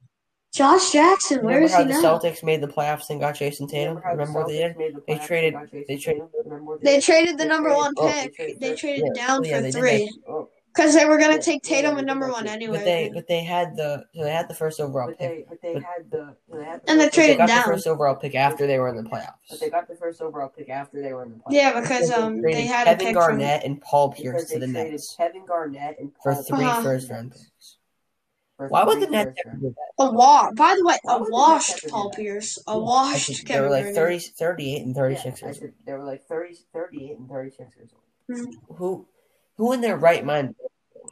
Speaker 2: Josh Jackson. Where
Speaker 1: Remember
Speaker 2: is
Speaker 1: how
Speaker 2: he
Speaker 1: the
Speaker 2: now?
Speaker 1: Celtics made the playoffs and got Jason Tatum?
Speaker 3: Remember how the
Speaker 1: Remember what they did?
Speaker 3: Celtics made the
Speaker 1: They
Speaker 3: playoffs
Speaker 1: traded-
Speaker 3: and got Jason
Speaker 1: they traded-
Speaker 3: Tatum? Remember what
Speaker 2: They traded the
Speaker 3: they
Speaker 2: number
Speaker 3: traded-
Speaker 2: one
Speaker 1: oh,
Speaker 2: pick.
Speaker 3: they traded-
Speaker 2: they traded
Speaker 1: yeah,
Speaker 2: down
Speaker 1: oh, yeah,
Speaker 2: for
Speaker 1: they did
Speaker 2: three
Speaker 3: Oh,
Speaker 2: because they were
Speaker 3: Yeah,
Speaker 2: gonna take Tatum
Speaker 3: yeah,
Speaker 2: at number
Speaker 3: they
Speaker 2: one
Speaker 3: did.
Speaker 2: anyway.
Speaker 1: But they but they had the so they had the first overall
Speaker 3: but
Speaker 1: pick.
Speaker 3: they, but they
Speaker 1: But-
Speaker 3: had the, they had the
Speaker 2: And they
Speaker 3: first-
Speaker 1: They
Speaker 2: traded
Speaker 1: got
Speaker 2: down.
Speaker 1: the first overall pick after they were in the playoffs.
Speaker 3: But they got the first overall pick after they were in the playoffs.
Speaker 2: yeah, because
Speaker 1: They
Speaker 2: um
Speaker 1: traded
Speaker 2: they had a
Speaker 1: Kevin
Speaker 2: pick from
Speaker 1: Garnett and Paul Pierce
Speaker 3: Because
Speaker 1: to
Speaker 3: they
Speaker 1: the
Speaker 3: traded
Speaker 1: Nets
Speaker 3: Kevin Garnett and
Speaker 1: for
Speaker 3: Paul
Speaker 1: three
Speaker 2: Uh-huh.
Speaker 1: first round picks. Why would the Nets ever do that?
Speaker 2: a wa. By the way,
Speaker 3: Why
Speaker 2: a
Speaker 3: would they
Speaker 2: washed
Speaker 3: have to do
Speaker 2: Paul
Speaker 3: that?
Speaker 2: Pierce,
Speaker 1: Yeah,
Speaker 2: a
Speaker 1: I
Speaker 2: washed
Speaker 1: think They were
Speaker 2: Kevin
Speaker 1: like
Speaker 2: Garnett.
Speaker 1: 30, 38 and thirty six.
Speaker 3: Yeah, I said they were like 30, 38 and 36 years old.
Speaker 1: Who who in their right mind?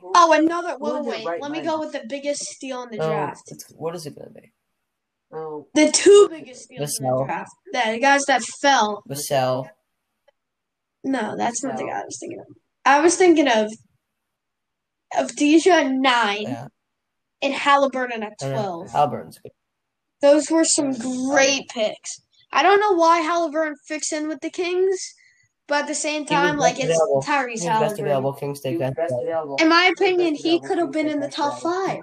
Speaker 3: Who-
Speaker 2: Oh, another.
Speaker 3: Who
Speaker 2: Well,
Speaker 3: in their
Speaker 2: wait.
Speaker 3: right
Speaker 2: let me
Speaker 3: mind?
Speaker 2: go with the biggest steal in the
Speaker 1: No,
Speaker 2: draft.
Speaker 1: it's- what is it gonna be?
Speaker 3: Oh,
Speaker 2: The two biggest steals in the
Speaker 1: Vassell.
Speaker 2: draft. The guys that fell.
Speaker 1: Vassell.
Speaker 2: No, that's not the
Speaker 3: No.
Speaker 2: guy I was thinking of. I was thinking of of Deja at nine
Speaker 1: Yeah,
Speaker 2: and Halliburton at
Speaker 1: I don't know.
Speaker 2: twelve.
Speaker 1: Albert's good.
Speaker 2: Those were some great picks. I don't know why Halliburton fits in with the Kings, but at the same
Speaker 1: He was
Speaker 2: time, like
Speaker 1: best
Speaker 2: it's
Speaker 1: available.
Speaker 2: Tyrese
Speaker 1: He's best
Speaker 2: Halliburton.
Speaker 1: available. Kings
Speaker 3: he
Speaker 1: take
Speaker 3: was
Speaker 1: that.
Speaker 3: best available.
Speaker 2: In my
Speaker 3: He was best
Speaker 2: opinion, he
Speaker 3: available.
Speaker 2: could have
Speaker 3: was
Speaker 2: been
Speaker 3: best
Speaker 2: in the top
Speaker 3: available.
Speaker 2: five.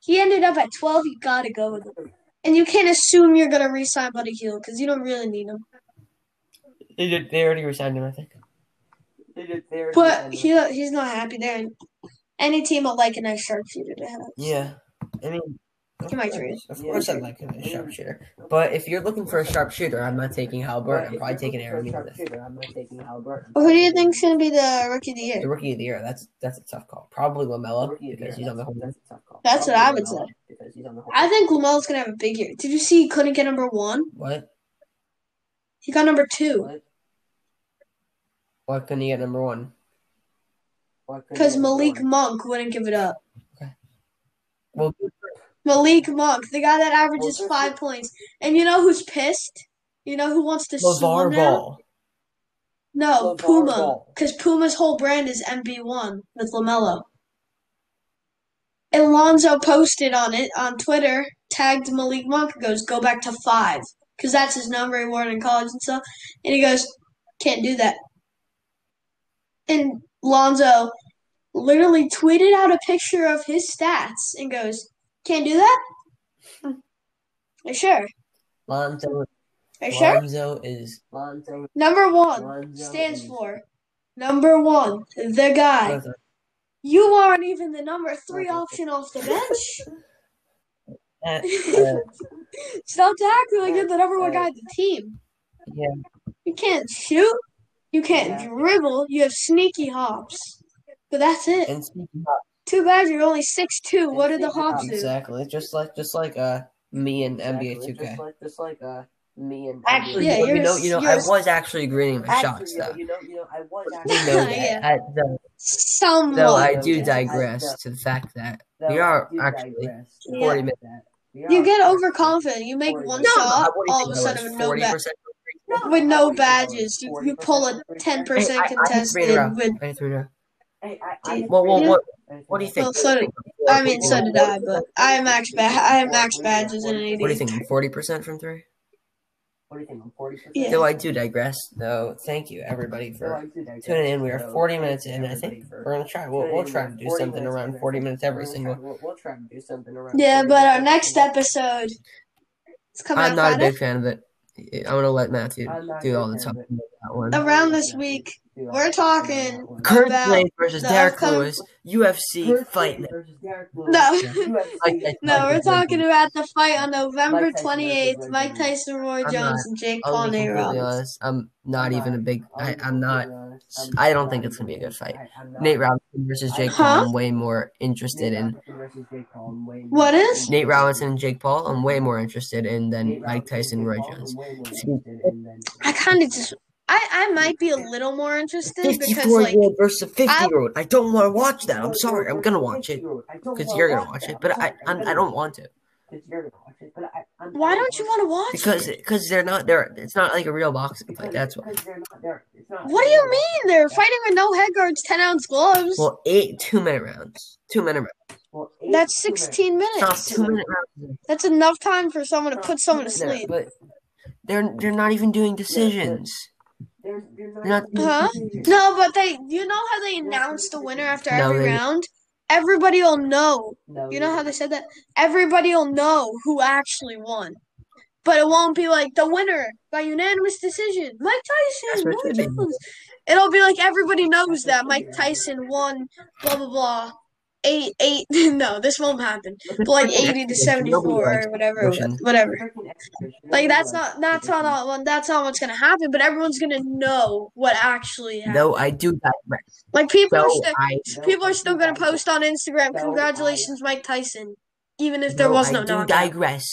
Speaker 2: He ended up at twelve. You gotta go with him, and you can't assume you're gonna re-sign Buddy Hield because you don't really need him.
Speaker 1: They did. They already resigned him. I think.
Speaker 3: They did their
Speaker 2: But he he's not happy there. And any team would like a nice sharpshooter to have.
Speaker 1: Yeah, I mean, of
Speaker 2: You might
Speaker 1: course,
Speaker 2: agree.
Speaker 1: Of
Speaker 3: Yeah.
Speaker 1: course, I'd like a sharpshooter. But if you're looking for a sharpshooter, I'm not taking Halbert. I'm probably taking Aaron Neesmith.
Speaker 3: I'm not taking Halliburton.
Speaker 2: Well, who do you think's gonna be the rookie of the
Speaker 1: The
Speaker 2: year?
Speaker 1: rookie of the year. That's that's a tough call. Probably Lamelo
Speaker 3: Rookie of the
Speaker 1: because
Speaker 3: year,
Speaker 1: he's on the
Speaker 3: that's-
Speaker 1: whole.
Speaker 3: that's a tough call.
Speaker 2: That's what I would say.
Speaker 3: Because he's on the whole.
Speaker 2: I think Lamelo's gonna have a big year. Did you see he couldn't get number one?
Speaker 1: What?
Speaker 2: He got number two
Speaker 3: What?
Speaker 1: Why couldn't he get number one?
Speaker 3: Why couldn't
Speaker 2: because
Speaker 3: he have
Speaker 2: Malik
Speaker 3: won?
Speaker 2: Monk wouldn't give it up.
Speaker 1: Well,
Speaker 2: Malik Monk, the guy that averages
Speaker 3: Well, this
Speaker 2: five
Speaker 3: is-
Speaker 2: points, and you know who's pissed? You know who wants to sue him
Speaker 1: LeVar
Speaker 2: now?
Speaker 1: Ball.
Speaker 2: No,
Speaker 3: LeVar
Speaker 2: Puma,
Speaker 3: Ball.
Speaker 2: because Puma's whole brand is MB1 with Lamelo. And Lonzo posted on it on Twitter, tagged Malik Monk, goes, go back to five, because that's his number he wore in college and stuff. And he goes, can't do that. And Lonzo literally tweeted out a picture of his stats and goes, can't do that? Are you sure?
Speaker 1: Lonzo.
Speaker 2: Are you sure?
Speaker 1: Lonzo is
Speaker 3: Lonzo,
Speaker 2: Number one
Speaker 3: Lonzo
Speaker 2: stands
Speaker 3: is-
Speaker 2: for number one, the guy. You aren't even the number three
Speaker 3: Okay.
Speaker 2: option off the bench.
Speaker 1: Uh, uh,
Speaker 2: Stop acting like you're the number one guy on the team.
Speaker 1: Yeah.
Speaker 2: You can't shoot. You can't
Speaker 3: Yeah.
Speaker 2: dribble. You have sneaky hops. But that's it.
Speaker 1: and speaking of
Speaker 2: Too bad you're only six two.
Speaker 3: And
Speaker 2: What are the
Speaker 3: sneaky
Speaker 2: hops do?
Speaker 1: exactly, just like just like uh me and
Speaker 3: Exactly,
Speaker 1: NBA 2K.
Speaker 3: Just like, just like uh, me and
Speaker 1: Actually,
Speaker 2: Yeah,
Speaker 3: NBA.
Speaker 1: you
Speaker 2: you're-
Speaker 1: know, you know,
Speaker 2: you're-
Speaker 1: I was actually grading my
Speaker 3: actually,
Speaker 1: shots
Speaker 3: you know,
Speaker 1: though.
Speaker 3: you know, you know, I was
Speaker 1: We
Speaker 3: actually.
Speaker 1: know that.
Speaker 2: Yeah.
Speaker 1: I- though,
Speaker 2: Somewhat.
Speaker 1: though I
Speaker 3: know
Speaker 1: do
Speaker 3: that.
Speaker 1: digress
Speaker 3: I-
Speaker 1: to the fact that
Speaker 3: though
Speaker 1: We are
Speaker 3: I do
Speaker 1: actually
Speaker 3: digress.
Speaker 2: Yeah.
Speaker 1: 40
Speaker 3: We
Speaker 1: minutes.
Speaker 3: are
Speaker 2: you get
Speaker 3: actually-
Speaker 2: overconfident. You make
Speaker 3: Forty
Speaker 2: one
Speaker 3: minutes.
Speaker 2: shot,
Speaker 1: What do you
Speaker 2: all of a
Speaker 1: think I was,
Speaker 2: sudden, no
Speaker 1: 40%
Speaker 2: back.
Speaker 1: from three
Speaker 2: with no badges. You, you pull a ten
Speaker 1: Hey, I-
Speaker 2: percent
Speaker 1: I can three in a row.
Speaker 2: contested with.
Speaker 1: I can three in a row.
Speaker 3: Hey, I, I did
Speaker 1: Well, well,
Speaker 3: three.
Speaker 1: what, what do you think?
Speaker 2: Well, so did, I mean, so did I, but I have max ba- I have max badges in
Speaker 1: What do you
Speaker 2: eighty.
Speaker 1: think? Forty percent from three.
Speaker 3: What do you think? I'm 40%?
Speaker 2: Yeah.
Speaker 1: Though I do digress. Though, thank you everybody for tuning in. We are forty minutes in. I think we're gonna try. We'll, we'll try to do something around forty minutes every single.
Speaker 3: We'll, we'll try to do something around.
Speaker 2: Yeah,
Speaker 3: 40
Speaker 2: but our next
Speaker 3: minutes every
Speaker 2: episode is coming
Speaker 1: I'm
Speaker 2: out
Speaker 1: not a
Speaker 2: Friday.
Speaker 1: big fan of it. I'm gonna let Matthew
Speaker 3: I'm not
Speaker 1: do all the
Speaker 3: a big fan
Speaker 1: talking
Speaker 3: of
Speaker 1: about that one.
Speaker 2: Around this week,
Speaker 3: single-
Speaker 2: We're talking-
Speaker 1: Kurt
Speaker 2: about
Speaker 1: Blaine versus
Speaker 2: the
Speaker 1: Derek
Speaker 2: upcoming-
Speaker 1: Lewis UFC
Speaker 3: Kurt
Speaker 1: fight.
Speaker 3: Cobain versus Derek Lewis.
Speaker 2: no,
Speaker 3: UFC.
Speaker 1: Like that-
Speaker 2: no, we're
Speaker 1: like that-
Speaker 2: talking about the fight on November
Speaker 3: Mike Tyson versus
Speaker 2: twenty eighth.
Speaker 3: Roy
Speaker 2: Mike
Speaker 3: Jones.
Speaker 2: Tyson, Roy
Speaker 1: I'm
Speaker 2: Jones,
Speaker 1: not.
Speaker 2: and Jake
Speaker 1: I'll
Speaker 2: Paul,
Speaker 1: Oh, be
Speaker 2: Nate
Speaker 1: completely
Speaker 2: Robbins.
Speaker 1: honest. I'm not
Speaker 3: I'm
Speaker 1: even a big. I, I'm not. I don't think it's gonna be a good fight.
Speaker 3: um, I- I'm not-
Speaker 1: Nate Robinson versus Jake
Speaker 2: Huh?
Speaker 1: Paul. I'm way more interested
Speaker 3: Nate
Speaker 1: in
Speaker 3: Robinson versus Jake Paul, I'm way more
Speaker 2: What is?
Speaker 1: Nate Robinson and Jake Paul. I'm way more interested in
Speaker 3: Nate
Speaker 1: than Mike
Speaker 3: Robinson,
Speaker 1: Tyson,
Speaker 3: Jake
Speaker 1: Roy
Speaker 3: Paul, I'm
Speaker 1: Jones.
Speaker 3: way more interested in than-
Speaker 2: I kind of just, I, I might be a little more interested because
Speaker 1: Fifty-four
Speaker 2: like
Speaker 1: year old versus a
Speaker 2: I-
Speaker 1: fifty-year-old. I don't want to watch that. I'm sorry. I'm gonna watch it
Speaker 3: I don't
Speaker 1: because
Speaker 3: wanna
Speaker 1: you're gonna watch
Speaker 3: that.
Speaker 1: it, but I I'm, I don't want to
Speaker 3: 'Cause you're gonna watch it, but I- I'm-
Speaker 2: Why don't you want to watch?
Speaker 1: because because they're not they're it's not like a real boxing
Speaker 3: Because-
Speaker 1: fight. That's why.
Speaker 3: because they're not there. It's not-
Speaker 2: What do you mean? They're fighting with no head guards, ten ounce gloves.
Speaker 1: Well, eight two-minute rounds. Two-minute rounds.
Speaker 3: Well, eight
Speaker 2: That's
Speaker 3: two minutes.
Speaker 2: sixteen
Speaker 1: Stop
Speaker 2: minutes.
Speaker 1: two-minute rounds.
Speaker 2: That's enough time for someone to put someone to
Speaker 1: No,
Speaker 2: sleep.
Speaker 1: but they're they're not even doing decisions.
Speaker 3: They're, they're not,
Speaker 1: Not-
Speaker 2: Huh? No, but they, you know how they announce the winner after
Speaker 1: No,
Speaker 2: every
Speaker 1: they-
Speaker 2: round. Everybody will know.
Speaker 3: No,
Speaker 2: You know how they said that. Everybody will know who actually won, but it won't be like the winner by unanimous decision. Mike
Speaker 1: That's
Speaker 2: Tyson,
Speaker 1: what
Speaker 2: Roy
Speaker 1: it should be.
Speaker 2: Jones. It'll be like everybody knows that Mike Tyson won. Blah blah blah. Eight eight. No, this won't happen. But like eighty to seventy four or whatever. it was- Whatever.
Speaker 3: Freaking exhibition.
Speaker 2: Like
Speaker 3: Nobody
Speaker 2: that's
Speaker 3: likes
Speaker 2: not that's not
Speaker 3: exhibition.
Speaker 2: all that's not what's gonna happen. But everyone's gonna know what actually happened.
Speaker 1: No, I do digress.
Speaker 2: Like people are
Speaker 1: So
Speaker 2: still
Speaker 1: I
Speaker 2: people are still gonna
Speaker 3: No, I-
Speaker 2: post on Instagram.
Speaker 3: No, I-
Speaker 2: Congratulations, Mike Tyson. Even if there
Speaker 1: no,
Speaker 2: was
Speaker 1: I
Speaker 2: no
Speaker 1: do
Speaker 2: knockout.
Speaker 1: digress.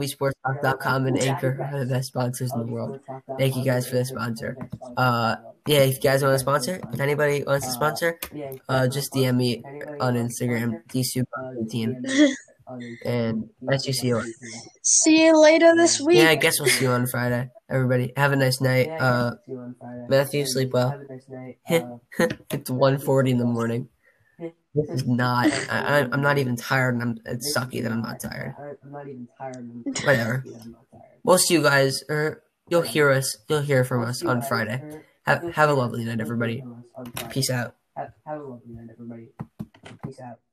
Speaker 1: LBSportsTalk.com and Anchor are the best sponsors in the world. Thank you guys for the sponsor. Uh, Yeah, if you guys want to sponsor, if anybody wants to sponsor,
Speaker 3: Yeah, if you
Speaker 1: uh,
Speaker 3: guys
Speaker 1: just
Speaker 3: wanna
Speaker 1: DM me
Speaker 3: sponsor, anybody
Speaker 1: on
Speaker 3: wanna
Speaker 1: Instagram,
Speaker 3: sponsor, uh, just
Speaker 1: DSU18,
Speaker 3: DM me on Instagram.
Speaker 1: and SUCO.
Speaker 2: See you later this week.
Speaker 1: Yeah, I guess we'll see you on Friday. Everybody, have a nice night.
Speaker 3: Yeah,
Speaker 1: Uh,
Speaker 3: see you on Friday.
Speaker 1: Matthew, sleep well.
Speaker 3: Have a nice night.
Speaker 1: Heh.
Speaker 3: Uh,
Speaker 1: it's 1.40 in the morning. This is not. I, I- I'm not even tired, and I'm, it's sucky that I'm not tired.
Speaker 3: I, I'm not even tired. I'm
Speaker 1: Whatever.
Speaker 3: Yeah, I'm not tired.
Speaker 1: We'll see you guys, or you'll hear us. You'll hear from us on Friday. Have, have a lovely night, everybody.
Speaker 3: Peace.
Speaker 1: Peace out.
Speaker 3: Have, have a lovely night, everybody. Peace out.